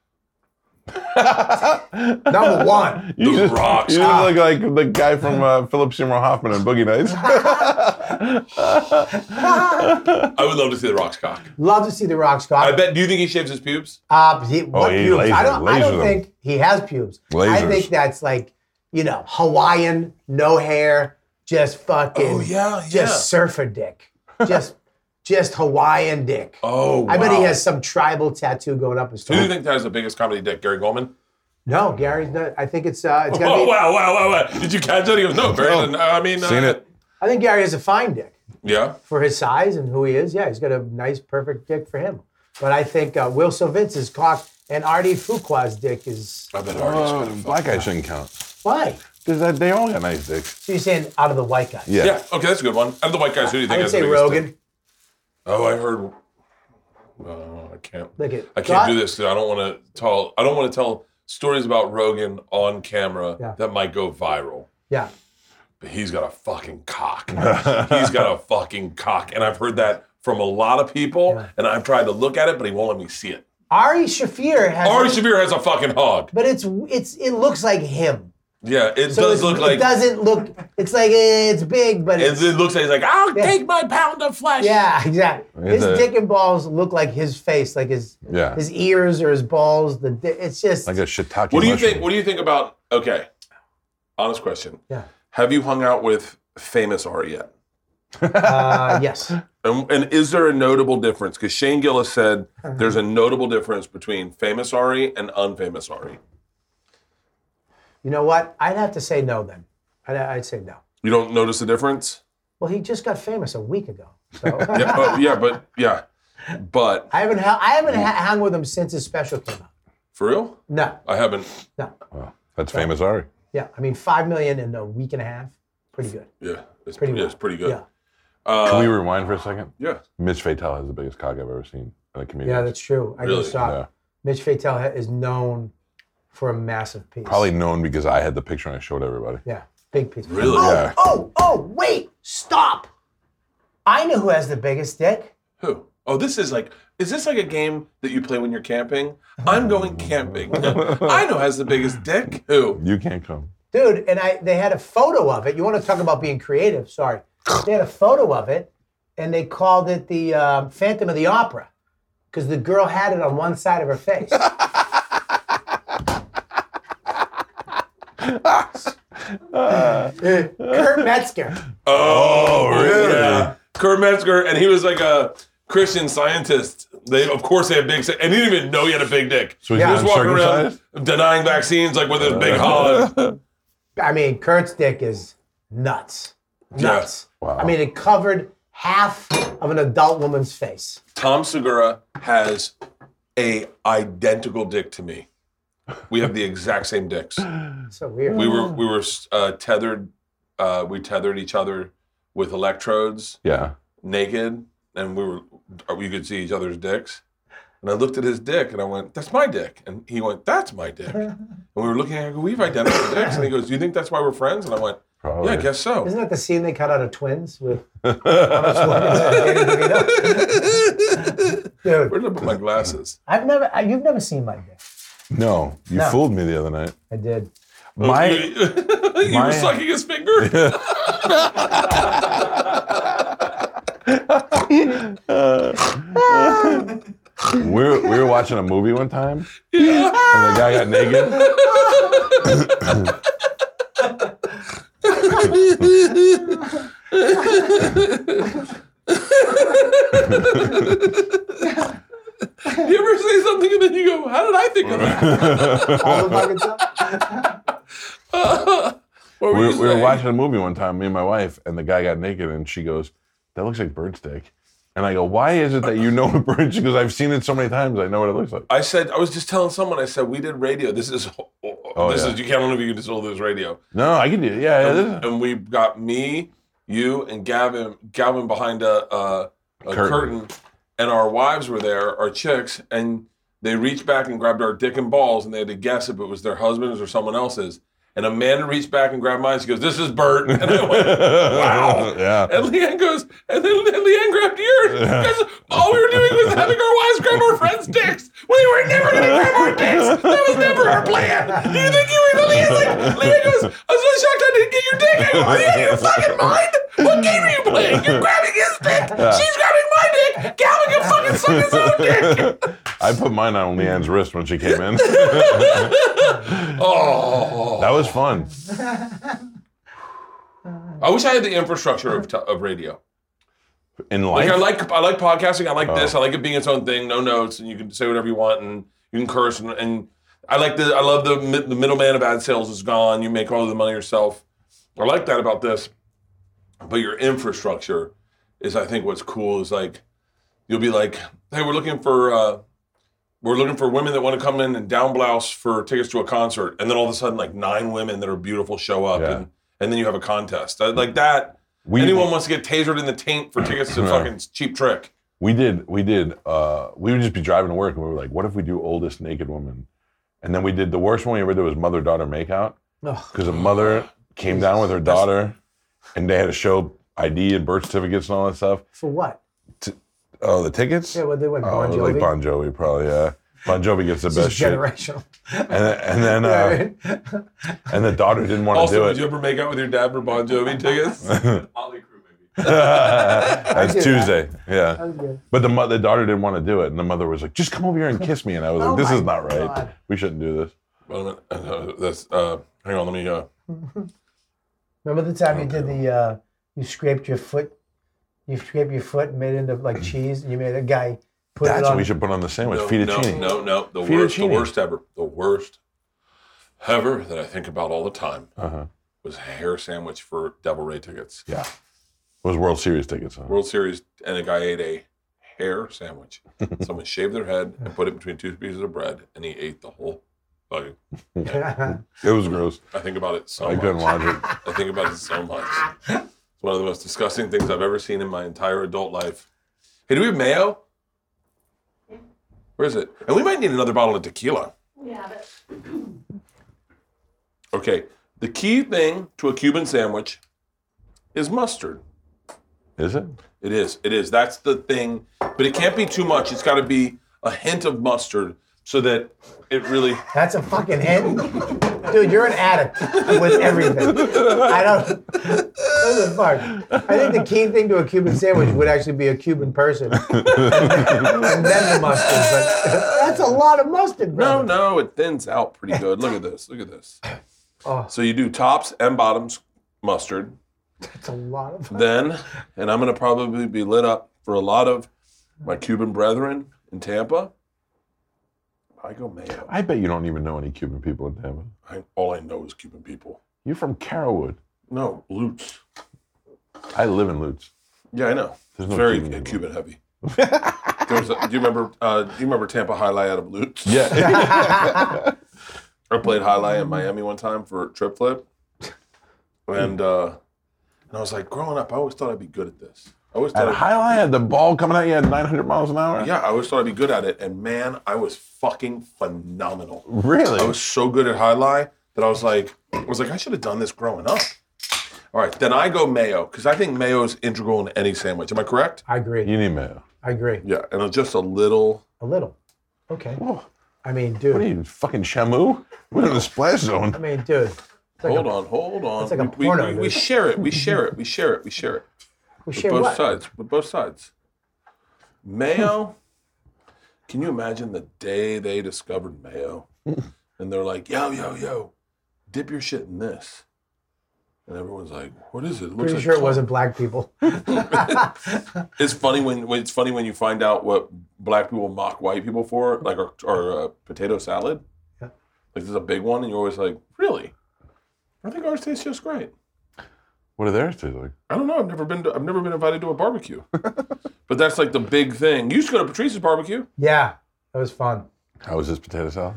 Speaker 3: Number one.
Speaker 2: you
Speaker 1: The
Speaker 2: just,
Speaker 1: Rock's Ah.
Speaker 2: You just look like the guy from uh, Philip Seymour Hoffman in
Speaker 1: [laughs]
Speaker 2: Boogie Nights.
Speaker 1: I would love to see the Rock's cock.
Speaker 3: Love to see the Rock's
Speaker 1: I
Speaker 3: cock.
Speaker 1: bet. Do you think he shaves his pubes?
Speaker 3: Uh, he, what
Speaker 2: Oh, he
Speaker 3: pubes?
Speaker 2: laser-
Speaker 3: I don't, I don't
Speaker 2: laser them.
Speaker 3: think he has pubes. I
Speaker 2: Lasers.
Speaker 3: think that's like, you know, Hawaiian, no hair, just fucking,
Speaker 1: Oh, yeah,
Speaker 3: just surfer dick.
Speaker 1: [laughs]
Speaker 3: Just, just Hawaiian dick.
Speaker 1: Oh, wow.
Speaker 3: I bet he has some tribal tattoo going up his
Speaker 1: Who do you
Speaker 3: throat.
Speaker 1: think that is the biggest comedy dick, Gary Goldman?
Speaker 3: No, Gary's not. I think it's, uh, it's
Speaker 1: Oh
Speaker 3: gonna be,
Speaker 1: wow, wow, wow, wow! Did you catch that? He goes, no, Barry. didn't. I mean, uh,
Speaker 2: Seen it.
Speaker 3: I think Gary has a fine dick.
Speaker 1: Yeah,
Speaker 3: for his size and who he is, yeah, he's got a nice, perfect dick for him. But I think uh, Will Silvince's cock and Artie Fuqua's dick is
Speaker 1: I bet Artie's
Speaker 2: Oh,
Speaker 1: gonna fuck.
Speaker 2: black guys shouldn't count.
Speaker 3: why?
Speaker 2: Because they all got nice dicks.
Speaker 3: So you're saying out of the white guy?
Speaker 2: Yeah.
Speaker 1: Yeah, okay, that's a good one. Out of the white guys, who do you
Speaker 3: I
Speaker 1: think
Speaker 3: would
Speaker 1: has the
Speaker 3: say
Speaker 1: biggest
Speaker 3: Rogan.
Speaker 1: dick? Oh, I heard. Oh, I can't.
Speaker 3: Look at
Speaker 1: I can't
Speaker 3: God-
Speaker 1: do this. 'cause I don't want to tell. I don't want to tell stories about Rogan on camera
Speaker 3: Yeah.
Speaker 1: that might go viral.
Speaker 3: Yeah.
Speaker 1: But he's got a fucking cock. he's got a fucking cock. And I've heard that from a lot of people, and I've tried to look at it, but he won't let me see it.
Speaker 3: Ari Shafir has.
Speaker 1: Ari Shabir has a fucking hog.
Speaker 3: but it's it's it looks like him.
Speaker 1: Yeah, it
Speaker 3: So
Speaker 1: does
Speaker 3: it's-
Speaker 1: look
Speaker 3: it
Speaker 1: like.
Speaker 3: doesn't look. It's like eh, it's big, but
Speaker 1: It,
Speaker 3: it's,
Speaker 1: it looks like he's like, I'll take my pound of flesh.
Speaker 3: yeah, [laughs] exactly. His
Speaker 2: It's a-
Speaker 3: dick and balls look like his face, like his
Speaker 2: Yeah.
Speaker 3: his ears or his balls. The di- it's just
Speaker 2: Like a shiitake.
Speaker 1: What do you
Speaker 2: mushroom.
Speaker 1: think? What do you think about? Okay, honest question.
Speaker 3: Yeah.
Speaker 1: Have you hung out with famous Ari yet?
Speaker 3: uh, yes.
Speaker 1: And, and is there a notable difference? Because Shane Gillis said there's a notable difference between famous Ari and unfamous Ari.
Speaker 3: You know what? I'd have to say no then. I'd, I'd say no.
Speaker 1: You don't notice the difference?
Speaker 3: Well, he just got famous a week ago.
Speaker 1: [laughs]
Speaker 3: So. [laughs]
Speaker 1: Yeah, but, yeah, but yeah, but
Speaker 3: I haven't ha- I haven't ha- hung with him since his special came out.
Speaker 1: for real,
Speaker 3: No,
Speaker 1: I haven't.
Speaker 3: no.
Speaker 2: Oh, That's famous Ari.
Speaker 3: Yeah, I mean five million in a week and a half, pretty good.
Speaker 1: Yeah, it's pretty.
Speaker 3: Pretty
Speaker 1: Yeah, it's
Speaker 3: well.
Speaker 1: pretty good.
Speaker 3: Yeah,
Speaker 1: Uh,
Speaker 2: Can we rewind for a second?
Speaker 1: yeah.
Speaker 2: Mitch Fatel has the biggest cock I've ever seen in a comedian.
Speaker 3: yeah, that's true. I
Speaker 1: Really?
Speaker 3: just saw it. Mitch Fatel ha- is known for a massive piece.
Speaker 2: probably known because I had the picture and I showed everybody.
Speaker 3: Yeah, big piece.
Speaker 1: Really?
Speaker 3: Oh,
Speaker 2: Yeah.
Speaker 3: oh, oh! Wait, stop! I know who has the biggest dick.
Speaker 1: Who? Oh, this is like, is this like a game that you play when you're camping? I'm going camping. I know has the biggest dick. Who?
Speaker 2: You can't come.
Speaker 3: dude and i they had a photo of it you want to talk about being creative sorry they had a photo of it and they called it the um, phantom of the opera because the girl had it on one side of her
Speaker 1: [laughs]
Speaker 3: face kurt metzger
Speaker 1: Oh,
Speaker 2: really?
Speaker 1: Yeah. Kurt Metzger, and he was like a Christian scientist. They, of course, they had big, and he didn't even know he had a big dick.
Speaker 2: So he's
Speaker 3: Yeah.
Speaker 1: He was walking around denying vaccines like with his big hog.
Speaker 3: i mean kurt's dick is nuts nuts
Speaker 2: Wow.
Speaker 3: i mean it covered half of an adult woman's face
Speaker 1: Tom Segura has a identical dick to me. We have the exact same dicks.
Speaker 3: so weird
Speaker 1: We were we were uh, tethered. Uh, we tethered each other with electrodes,
Speaker 2: Yeah.
Speaker 1: naked, and we were we could see each other's dicks. And I looked at his dick and I went, "That's my dick," and he went, "That's my dick." And we were looking at, it, "We've identical dicks," and he goes, "Do you think that's why we're friends?" And I went,
Speaker 2: Probably.
Speaker 1: "Yeah, I guess so."
Speaker 3: [laughs] isn't that the scene they cut out of twins with [laughs] Dude,
Speaker 1: Where did I put my glasses?
Speaker 3: I've never, I, you've never seen my dick.
Speaker 2: [laughs] No, you
Speaker 3: No.
Speaker 2: fooled me the other night. [laughs]
Speaker 3: I did.
Speaker 2: My
Speaker 1: you were
Speaker 2: my-
Speaker 1: sucking his
Speaker 2: [laughs]
Speaker 1: finger.
Speaker 2: we were, we were watching a movie one time, and the guy got naked.
Speaker 1: you ever say something and then you go, "How did I think
Speaker 2: [laughs]
Speaker 1: of that?"
Speaker 3: All the fucking stuff.
Speaker 1: What
Speaker 2: We
Speaker 1: were,
Speaker 2: were,
Speaker 1: you
Speaker 2: we were
Speaker 1: saying?
Speaker 2: watching a movie one time, me and my wife, and the guy got naked, and she goes, "That looks like bird's dick." And I go, "Why is it that you know what bird?" She goes, "I've seen it so many times. I know what it looks like."
Speaker 1: I said I was just telling someone. I said we did radio. This is oh, this
Speaker 2: Oh, yeah.
Speaker 1: is you can't I don't know if you can still do this radio.
Speaker 2: No, I can do it. Yeah, yeah, this is-
Speaker 1: And we got me, you, and Gavin. Gavin behind a, a, a curtain.
Speaker 2: Curtain.
Speaker 1: and our wives were there, our chicks, and they reached back and grabbed our dick and balls, and they had to guess if it was their husband's or someone else's. And Amanda reached back and grabbed mine. She goes, "This is Bert," [laughs] and I went. [laughs] Wow.
Speaker 2: yeah.
Speaker 1: And Leanne goes, and then Le- Leanne grabbed yours because all we were doing was having our wives grab our friends' dicks. We were never going to grab our dicks. That was never our plan. Do you think you were Leanne? Like, Leanne goes, I was so shocked I didn't get your dick. I go, are you out of your fucking mind? What game are you playing? You're grabbing his dick. She's grabbing my dick. Calvin can fucking suck his [laughs] own
Speaker 2: [laughs]
Speaker 1: dick.
Speaker 2: I put mine on Leanne's wrist when
Speaker 1: [laughs]
Speaker 2: she came in.
Speaker 1: Oh,
Speaker 2: That was fun.
Speaker 1: I wish I had the infrastructure of, t- of radio.
Speaker 2: In
Speaker 1: Like
Speaker 2: life, Oh.
Speaker 1: I like I like podcasting. I like this. I like it being its own thing. No notes, and you can say whatever you want, and you can curse, and, and I like the I love the mi- the middleman of ad sales is gone. You make all of the money yourself. I like that about this. But your infrastructure is, I think, what's cool is like you'll be like, hey, we're looking for uh, we're looking for women that want to come in and down blouse for tickets to a concert, and then all of a sudden, like nine women that are beautiful show up,
Speaker 2: Yeah.
Speaker 1: and and then you have a contest I- like that.
Speaker 2: we
Speaker 1: Anyone wants to get tasered in the taint for tickets to fucking cheap trick.
Speaker 2: we did we did uh, we would just be driving to work and we were like, what if we do oldest naked woman? And then we did the worst one we ever did was mother daughter makeout
Speaker 3: Ugh.
Speaker 2: because a mother came down with her daughter, and they had to show ID and birth certificates and all that stuff.
Speaker 3: For what?
Speaker 2: Oh, the tickets.
Speaker 3: Yeah, what they went
Speaker 2: Oh,
Speaker 3: Bon Jovi.
Speaker 2: like Bon Jovi, probably. Yeah, Bon Jovi gets the
Speaker 3: This
Speaker 2: best
Speaker 3: is
Speaker 2: shit. [laughs]
Speaker 3: generational.
Speaker 2: And, then- and then,
Speaker 3: [laughs] You know what I
Speaker 2: uh,
Speaker 3: mean?
Speaker 2: and the daughter didn't want to
Speaker 1: Also,
Speaker 2: do
Speaker 1: did
Speaker 2: it.
Speaker 1: you ever make out with your dad for Bon Jovi
Speaker 2: [laughs]
Speaker 1: tickets? Ollie Crew, maybe.
Speaker 2: That's
Speaker 3: I do that.
Speaker 2: Tuesday. Yeah.
Speaker 3: That was good.
Speaker 2: But the mother, the daughter didn't want to do it, and the mother was like, "Just come over
Speaker 3: [laughs]
Speaker 2: here and kiss me." And I was like,
Speaker 3: Oh
Speaker 2: "This
Speaker 3: my
Speaker 2: is not right.
Speaker 3: God.
Speaker 2: We shouldn't do this."
Speaker 1: Wait a minute. Uh, that's, uh, hang on, let me. Uh,
Speaker 3: Remember the time you did the uh, you scraped your foot, you scraped your foot and made it into like cheese, and you made a guy put
Speaker 2: Mm. That's
Speaker 3: it on.
Speaker 2: what we should put on the sandwich:
Speaker 1: no, no,
Speaker 2: fettuccine.
Speaker 1: no, no. The worst, the
Speaker 2: Fettuccine.
Speaker 1: worst ever. The worst ever that I think about all the time
Speaker 2: Uh-huh.
Speaker 1: was a hair sandwich for Devil Ray tickets.
Speaker 2: Yeah. It was World Series tickets. Huh?
Speaker 1: World Series, and a guy ate a hair
Speaker 2: [laughs]
Speaker 1: sandwich. Someone shaved their head and put it between two pieces of bread, and he ate the whole. Fucking,
Speaker 3: [laughs]
Speaker 2: It was gross.
Speaker 1: I think about it so
Speaker 2: I
Speaker 1: much.
Speaker 2: couldn't watch it.
Speaker 1: I think about it so much. It's one of the most disgusting things I've ever seen in my entire adult life. Hey, do we have mayo? Where is it? And we might need another bottle of tequila.
Speaker 5: Yeah, but
Speaker 1: Okay, the key thing to a Cuban sandwich is mustard.
Speaker 2: Is it?
Speaker 1: It is. It is. That's the thing. But it can't be too much. It's got to be a hint of mustard so that it really.
Speaker 3: That's a fucking hit, dude. You're an addict with everything. I don't. What the fuck? I think the key thing to a Cuban sandwich would actually be a Cuban person, and then the mustard. But that's a lot of mustard,
Speaker 1: No,
Speaker 3: bro.
Speaker 1: no, it thins out pretty good. Look at this. Look at this.
Speaker 3: Oh.
Speaker 1: So you do tops and bottoms mustard.
Speaker 3: That's a lot of.
Speaker 1: Then, and I'm going to probably be lit up for a lot of my Cuban brethren in Tampa. I go mayo.
Speaker 2: I bet you don't even know any Cuban people in Tampa.
Speaker 1: I, all I know is Cuban people.
Speaker 2: You're from Carrollwood.
Speaker 1: No, Lutz.
Speaker 2: I live in Lutz.
Speaker 1: Yeah, I know. It's
Speaker 2: There's no
Speaker 1: very
Speaker 2: Cuban
Speaker 1: Cuban,
Speaker 2: people.
Speaker 1: heavy. There was a- do you remember? Uh, do you remember Tampa Highlight out of Lutz?
Speaker 2: Yeah.
Speaker 1: I played highlight in Miami one time for Trip Flip, and uh, and I was like, growing up, I always thought I'd be good at this. I always
Speaker 2: at
Speaker 1: thought, I'd-
Speaker 2: Highline, [laughs] had the ball coming at you at 900 miles an hour.
Speaker 1: yeah, I always thought I'd be good at it. And man, I was fucking phenomenal.
Speaker 2: Really?
Speaker 1: I was so good at highlight that I was like, I was like, I should have done this growing up. All right, then I go mayo because I think mayo is integral in any sandwich. Am I correct?
Speaker 3: I agree.
Speaker 2: you need mayo.
Speaker 3: I agree.
Speaker 1: Yeah, and just a little.
Speaker 3: A little. Okay.
Speaker 2: Oh,
Speaker 3: I mean,
Speaker 2: what are
Speaker 3: dude.
Speaker 2: you, fucking Shamu? We're in the splash
Speaker 3: I
Speaker 2: zone.
Speaker 3: mean, dude. It's like
Speaker 1: Hold
Speaker 3: a,
Speaker 1: on, hold on.
Speaker 3: like a
Speaker 1: We- we,
Speaker 3: porno,
Speaker 1: we- we
Speaker 3: dude.
Speaker 1: share
Speaker 3: [laughs]
Speaker 1: it. We share it. We share it. We share it.
Speaker 3: We share
Speaker 1: both
Speaker 3: what?
Speaker 1: sides. With both sides. Mayo.
Speaker 3: [laughs]
Speaker 1: can you imagine the day they discovered
Speaker 3: [laughs]
Speaker 1: mayo? and they're like, yo, yo, yo, dip your shit in this. And everyone's like, what is it? it looks
Speaker 3: Pretty
Speaker 1: like
Speaker 3: sure it
Speaker 1: cum."
Speaker 3: wasn't black people.
Speaker 1: It's funny when when- it's funny when you find out what black people mock white people for, like our, our uh, potato salad.
Speaker 3: Yeah.
Speaker 1: Like this is a big one, and you're always like, really? I think ours tastes just great.
Speaker 2: What are theirs taste like?
Speaker 1: I don't know. I've never been. To, I've never been invited to a
Speaker 3: [laughs]
Speaker 1: barbecue. but that's like the big thing. You used to go to Patrice's barbecue.
Speaker 3: Yeah, that was fun.
Speaker 2: How was this potato salad?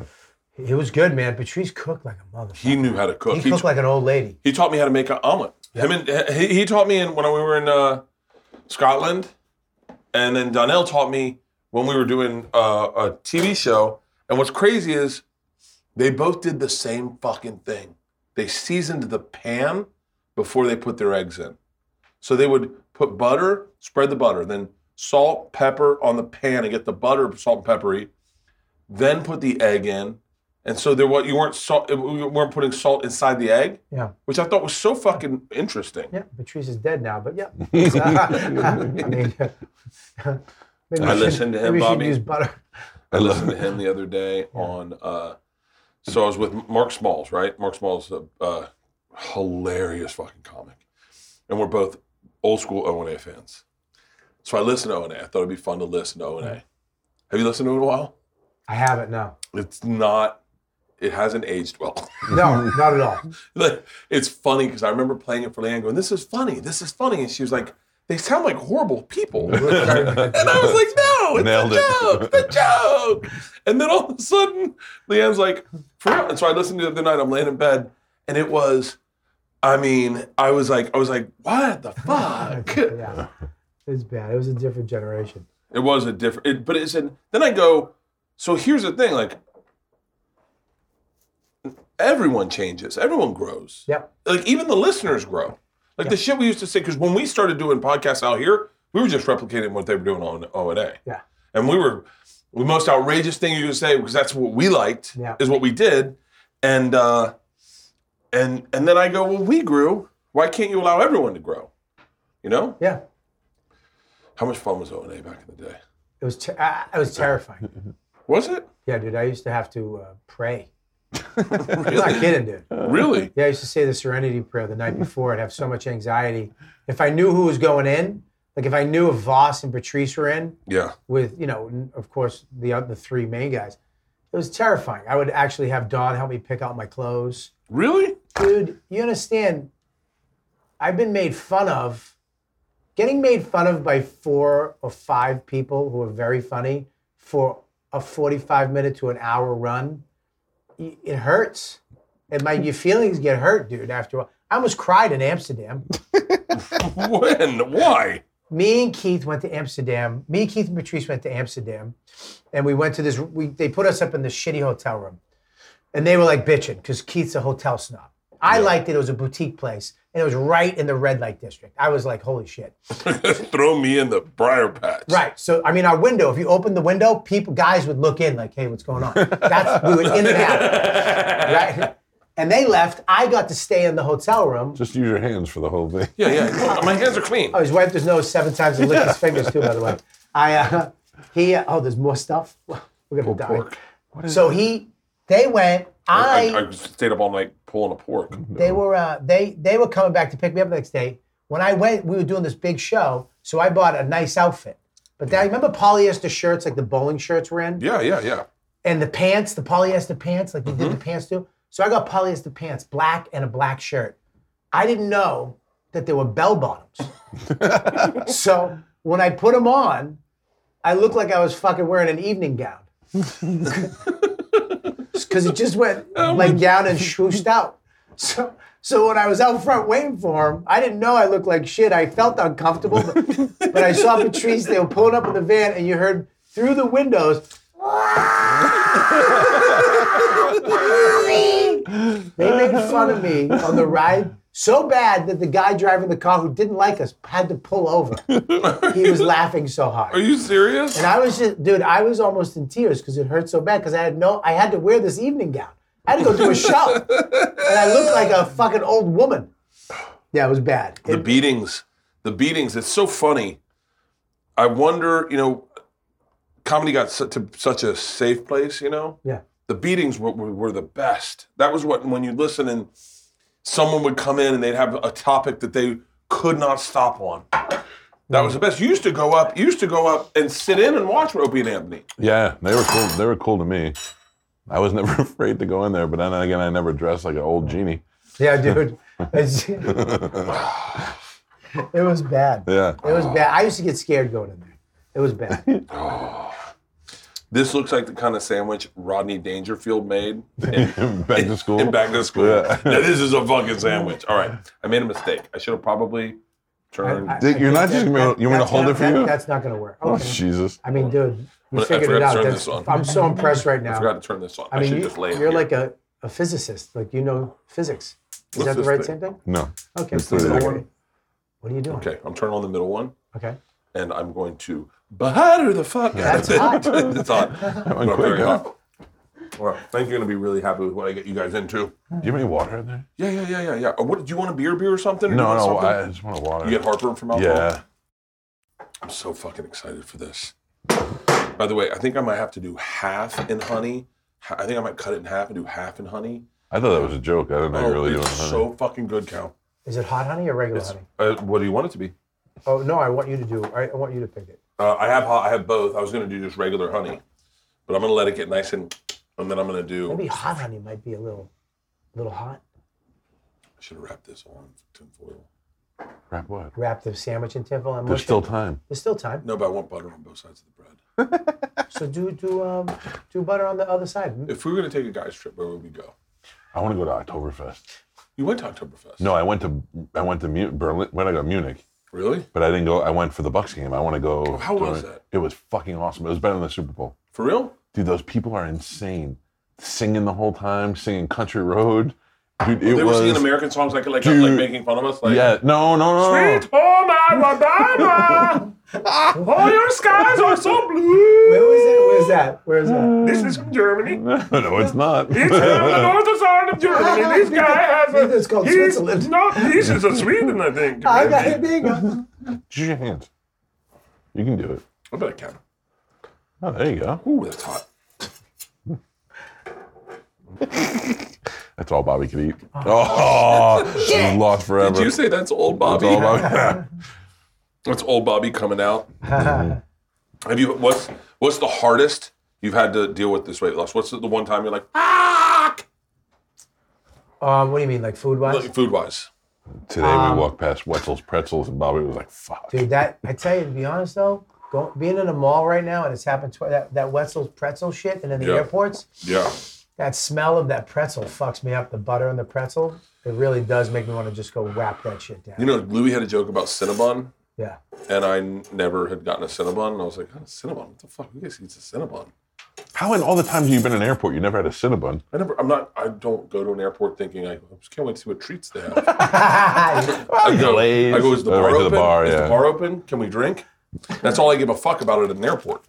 Speaker 3: It was good, man. Patrice cooked like a mother.
Speaker 1: He knew how to cook.
Speaker 3: He
Speaker 1: He,
Speaker 3: cooked
Speaker 1: t-
Speaker 3: like an old lady.
Speaker 1: he taught me how to make an omelet. Him and he, he taught me in, when we were in uh, Scotland, and then Donnell taught me when we were doing uh, a TV show. And what's crazy is they both did the same fucking thing. They seasoned the pan before they put their eggs in. So they would put butter, spread the butter, then salt, pepper on the pan and get the butter salt and peppery, then put the egg in. And so there what you weren't salt you weren't putting salt inside the egg,
Speaker 3: Yeah,
Speaker 1: which I thought was so fucking interesting.
Speaker 3: yeah. Patrice is dead now, but yeah. [laughs] I mean, [laughs] maybe
Speaker 1: I
Speaker 3: we
Speaker 1: listened to him,
Speaker 3: maybe we should
Speaker 1: Bobby.
Speaker 3: use butter.
Speaker 1: I
Speaker 2: [laughs]
Speaker 1: listened to him the other day on. Uh, so I was with Mark Smalls, right? Mark Smalls, a, a hilarious fucking comic, and we're both old school O and A fans. So I listened to O and A. I thought it'd be fun to listen to O and A. Have you listened to it in a while?
Speaker 3: I haven't. No,
Speaker 1: It's not. It hasn't aged well. [laughs]
Speaker 3: no, not at all.
Speaker 1: Like, it's funny because I remember playing it for Leanne going, This is funny. This is funny. And she was like, They sound like horrible people. [laughs] and I was like, No, it's
Speaker 2: Nailed
Speaker 1: a
Speaker 2: it.
Speaker 1: joke. It's a joke. And then all of a sudden, Leanne's like, For real. And so I listened to it the other night. I'm laying in bed and it was, I mean, I was like, I was like, What the
Speaker 3: [laughs]
Speaker 1: fuck?
Speaker 3: Yeah, it's bad. It was a different generation.
Speaker 1: It was a different, it, but it's an, then I go, so here's the thing, like, everyone changes. Everyone grows.
Speaker 3: Yep.
Speaker 1: Like even the listeners grow. Like the shit we used to say, because when we started doing podcasts out here, we were just replicating what they were doing on O and A.
Speaker 3: Yeah.
Speaker 1: And we were the most outrageous thing you could say because that's what we liked
Speaker 3: Yeah.
Speaker 1: is what we did, and uh, and and then I go, well, we grew. Why can't you allow everyone to grow? You know,
Speaker 3: Yeah.
Speaker 1: how much fun was O and A back in the day?
Speaker 3: It was ter- I, I was terrifying.
Speaker 1: Was it
Speaker 3: Yeah, dude. I used to have to uh, pray. I'm not
Speaker 1: really?
Speaker 3: kidding, dude.
Speaker 1: really?
Speaker 3: Yeah, I used to say the Serenity Prayer the night before. I'd have so much anxiety. If I knew who was going in, like if I knew if Voss and Patrice were in,
Speaker 1: Yeah.
Speaker 3: with you know, n- of course, the other three main guys, it was terrifying. I would actually have Don help me pick out my clothes.
Speaker 1: Really?
Speaker 3: Dude, you understand? I've been made fun of. Getting made fun of by four or five people who are very funny for a 45 minute to an hour run, y- it hurts. And my your feelings get hurt, dude, after a while. I almost cried in Amsterdam.
Speaker 1: When? Why? [laughs]
Speaker 3: Me and Keith went to Amsterdam. Me, Keith, and Patrice went to Amsterdam, and we went to this. We, they put us up in this shitty hotel room, and they were like bitching because Keith's a hotel snob. I liked it. It was a boutique place, and it was right in the red light district. I was like, holy shit!
Speaker 1: Throw me in the briar patch. [laughs]
Speaker 3: Right. So I mean, our window. If you opened the window, people, guys would look in like, hey, what's going on? That's we were in and out. Right. And they left. I got to stay in the hotel room.
Speaker 2: Just use your hands for the whole thing.
Speaker 1: Yeah, yeah. My hands are clean.
Speaker 3: Oh, he's wiped his nose seven times and licked his fingers too. By the way, I uh, he uh, oh, there's more stuff. [laughs] We're gonna die.
Speaker 1: pork.
Speaker 3: So he, they went. I,
Speaker 1: I, I stayed up all night pulling a pork.
Speaker 3: they were uh, they they were coming back to pick me up the next day. When I went, we were doing this big show, so I bought a nice outfit. But then, remember polyester shirts, like the bowling shirts we're in,
Speaker 1: Yeah, yeah, yeah.
Speaker 3: and the pants, the polyester pants, like you did the pants too. So I got polyester pants, black and a black shirt. I didn't know that they were bell bottoms. so when I put them on, I looked like I was fucking wearing an evening gown. Because it just went like down and swooshed out. So, so when I was out front waiting for him, I didn't know I looked like shit. I felt uncomfortable, but, but I saw Patrice. They were pulling up in the van, and you heard through the windows. Mommy! They
Speaker 2: [laughs]
Speaker 3: made fun of me on the ride so bad that the guy driving the car who didn't like us had to
Speaker 2: [laughs]
Speaker 3: pull over. He was laughing so hard.
Speaker 1: Are you serious?
Speaker 3: And I was just, dude, I was almost in tears because it hurt so bad because I had no, I had to wear this evening gown. I had to go do a
Speaker 2: [laughs]
Speaker 3: show. and I looked like a fucking old woman. Yeah, it was bad.
Speaker 1: the
Speaker 3: It-
Speaker 1: beatings, the beatings. It's so funny. I wonder, you know, comedy got su- to such a safe place, you know?
Speaker 3: yeah.
Speaker 1: The beatings were, were, were the best. That was what, when you listen and someone would come in and they'd have a topic that they could not stop on. That was the best. You used to go up, you used to go up and sit in and watch Opie and Anthony.
Speaker 2: Yeah, they were cool. They were cool to me. I was [laughs] never afraid to go in there, but then again, I never dressed like an old genie.
Speaker 3: Yeah, dude. It's- [laughs] it was bad.
Speaker 2: Yeah.
Speaker 3: It was bad. I used to get scared going in there. It was bad.
Speaker 1: This looks like the kind of sandwich Rodney Dangerfield made
Speaker 2: [laughs]
Speaker 1: [laughs]
Speaker 2: back to school.
Speaker 1: and back to school.
Speaker 2: Yeah.
Speaker 1: Now, this is a fucking sandwich. All right, I made a mistake. I should have probably turned.
Speaker 3: I- I-
Speaker 2: Dick,
Speaker 3: I
Speaker 2: you're not
Speaker 3: think
Speaker 2: just gonna be able- you want me to
Speaker 3: that's
Speaker 2: hold
Speaker 3: not-
Speaker 2: it for
Speaker 3: that-
Speaker 2: you?
Speaker 3: That's not going to work.
Speaker 2: Oh,
Speaker 3: Okay.
Speaker 2: Jesus.
Speaker 3: I mean, dude, you
Speaker 1: I
Speaker 3: figured it
Speaker 1: forgot to
Speaker 3: out.
Speaker 1: turn
Speaker 3: That's-
Speaker 1: this on.
Speaker 2: [laughs]
Speaker 3: I'm so impressed right now.
Speaker 1: I forgot to turn this on. I,
Speaker 3: I mean,
Speaker 1: should
Speaker 3: you,
Speaker 1: just lay it.
Speaker 3: are
Speaker 1: here.
Speaker 3: like a, a physicist. Like you know physics. Is
Speaker 1: What's
Speaker 3: that the
Speaker 1: this
Speaker 3: right
Speaker 1: thing?
Speaker 3: same thing?
Speaker 2: No.
Speaker 3: Okay.
Speaker 2: Let's do it
Speaker 3: what,
Speaker 2: again.
Speaker 3: are, what are you doing?
Speaker 1: Okay, I'm turning on the middle one,
Speaker 3: Okay.
Speaker 1: and I'm going to batter the fuck out of
Speaker 3: That's
Speaker 1: it.
Speaker 3: hot.
Speaker 1: [laughs] it's hot.
Speaker 3: [laughs]
Speaker 2: went
Speaker 1: But
Speaker 2: quick,
Speaker 1: very
Speaker 2: huh?
Speaker 1: hot. All right, I think you're gonna be really happy with what I get you guys into.
Speaker 2: Do you have any water in there?
Speaker 1: Yeah, yeah, yeah, yeah, yeah. Uh, What do you want a beer, beer or something? Or you
Speaker 2: No,
Speaker 1: want
Speaker 2: no.
Speaker 1: something?
Speaker 2: I just want a water.
Speaker 1: you get heartburn from alcohol.
Speaker 2: yeah.
Speaker 1: I'm so fucking excited for this. By the way, I think I might have to do half in honey. Ha- I think I might cut it in half and do half in honey.
Speaker 2: I thought that was a joke. I didn't know you were Oh, really doing
Speaker 1: Oh, it's
Speaker 2: honey.
Speaker 1: so fucking good, Cal.
Speaker 3: Is it hot honey or regular honey?
Speaker 1: Uh, what do you want it to be?
Speaker 3: Oh no, I want you to do. I, I want you to pick it.
Speaker 1: Uh, I have hot, I have both. I was gonna do just regular honey, but I'm gonna let it get nice and, and then I'm gonna do.
Speaker 3: Maybe hot honey might be a little, little hot.
Speaker 1: I should have wrapped this on tinfoil.
Speaker 2: Crap, what?
Speaker 3: Wrap the sandwich in tinfoil and
Speaker 2: There's
Speaker 3: mush it.
Speaker 2: still time.
Speaker 3: There's still time.
Speaker 1: No, but I want butter on both sides of the bread.
Speaker 3: So do do um do butter on the other side.
Speaker 1: If we were gonna take a guys trip, where would we go?
Speaker 2: I want to go to Oktoberfest.
Speaker 1: You went to Oktoberfest.
Speaker 2: No, I went to I went to Mu- Berlin. When I go to Munich,
Speaker 1: Really?
Speaker 2: but I didn't go. I went for the Bucks game. I want to go.
Speaker 1: Oh, How
Speaker 2: to-
Speaker 1: was that?
Speaker 2: It was fucking awesome. It was better than the Super Bowl.
Speaker 1: For real?
Speaker 2: Dude, those people are insane. singing the whole time, singing Country Road. Dude, it
Speaker 1: They were
Speaker 2: was.
Speaker 1: singing American songs like like,
Speaker 2: Dude.
Speaker 1: like making fun of us. Like,
Speaker 2: yeah, no, no, no, no.
Speaker 1: Sweet
Speaker 3: Oh.
Speaker 1: home Alabama,
Speaker 3: [laughs]
Speaker 1: all your skies are so blue.
Speaker 3: Where was it? Where's that?
Speaker 1: [laughs]
Speaker 3: Where's that?
Speaker 1: This is from Germany.
Speaker 2: [laughs] no, it's not. [laughs]
Speaker 1: It's from the northern side of
Speaker 3: [laughs]
Speaker 1: Germany. This guy has a.
Speaker 3: It's called
Speaker 1: he's-
Speaker 3: Switzerland.
Speaker 1: No, this is a Sweden, I think.
Speaker 3: I got it. There you go.
Speaker 2: Use your hands. You can do it.
Speaker 1: I bet I can.
Speaker 2: Oh, there you go.
Speaker 1: Ooh, that's hot.
Speaker 2: That's all Bobby could eat.
Speaker 1: [laughs]
Speaker 2: Oh, she's lost forever.
Speaker 1: Did you say that's old Bobby?
Speaker 2: It's all
Speaker 3: [laughs]
Speaker 2: about-
Speaker 1: That's old Bobby coming out.
Speaker 2: [laughs]
Speaker 1: Have you? What's What's the hardest you've had to deal with this weight loss? What's the one time you're like, fuck,
Speaker 3: Um, what do you mean, like food wise?
Speaker 1: food wise?
Speaker 2: Today
Speaker 1: Um,
Speaker 2: we walked past Wetzel's Pretzels and Bobby was like, fuck.
Speaker 3: Dude, that I tell you to be honest though, go, being in a mall right now and it's happened twi- that that Wetzel's pretzel shit and in the
Speaker 1: Yeah.
Speaker 3: airports,
Speaker 1: Yeah.
Speaker 3: that smell of that pretzel fucks me up. The butter on the pretzel, it really does make me want to just go whap that shit down.
Speaker 1: You know, Louis had a joke about Cinnabon,
Speaker 3: yeah, [laughs]
Speaker 1: and I n- never had gotten a Cinnabon. And I was like, oh, Cinnabon? What the fuck? Who guys eats a Cinnabon?
Speaker 2: How in all the times you've been in an airport, you never had a Cinnabon?
Speaker 1: I never. I'm not. I don't go to an airport thinking I just can't wait to see what treats they have.
Speaker 2: [laughs]
Speaker 1: I go,
Speaker 2: Glaze.
Speaker 1: I go, is the
Speaker 2: Oh,
Speaker 1: bar
Speaker 2: right to the
Speaker 1: open?
Speaker 2: bar,
Speaker 1: Is
Speaker 2: yeah.
Speaker 1: the bar open? Can we drink? That's all I give a fuck about at an airport.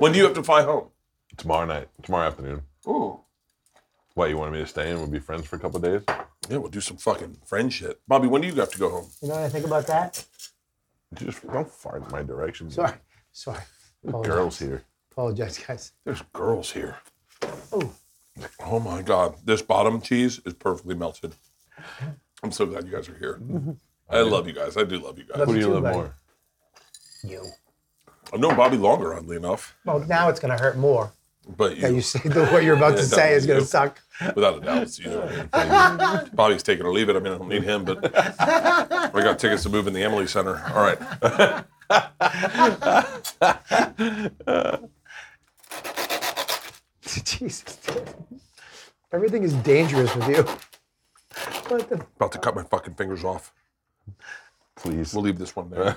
Speaker 1: When do you have to fly home?
Speaker 2: Tomorrow night, tomorrow afternoon.
Speaker 1: Ooh.
Speaker 2: What, you wanted me to stay and we'll be friends for a couple days?
Speaker 1: Yeah, we'll do some fucking friend shit. Bobby, when do you have to go home?
Speaker 3: you know what I think about that?
Speaker 2: Just don't fart in my direction.
Speaker 3: Sorry, sorry. Apologize,
Speaker 2: Girls here.
Speaker 3: apologize guys.
Speaker 1: There's girls here.
Speaker 3: Oh,
Speaker 1: Oh my God. This bottom cheese is perfectly melted. I'm so glad you guys are here. I love you guys. I do love you guys.
Speaker 3: Mm-hmm. Love
Speaker 2: Who do you
Speaker 3: Too
Speaker 2: love
Speaker 3: bad.
Speaker 2: more?
Speaker 3: you.
Speaker 1: I've known Bobby longer, oddly enough,
Speaker 3: Well, now it's gonna hurt more.
Speaker 1: but
Speaker 3: That
Speaker 1: you,
Speaker 3: you say the what you're about
Speaker 1: Yeah,
Speaker 3: to say is gonna
Speaker 1: you.
Speaker 3: suck. [laughs]
Speaker 1: without a doubt, it's you. I mean, Bobby's take it or leave it. I mean, I don't need him, but I got tickets to move in the Emily Center. All right.
Speaker 3: Jesus, dude. everything is dangerous with you. What the
Speaker 1: About to cut my fucking fingers off.
Speaker 2: Please.
Speaker 1: We'll leave this one there.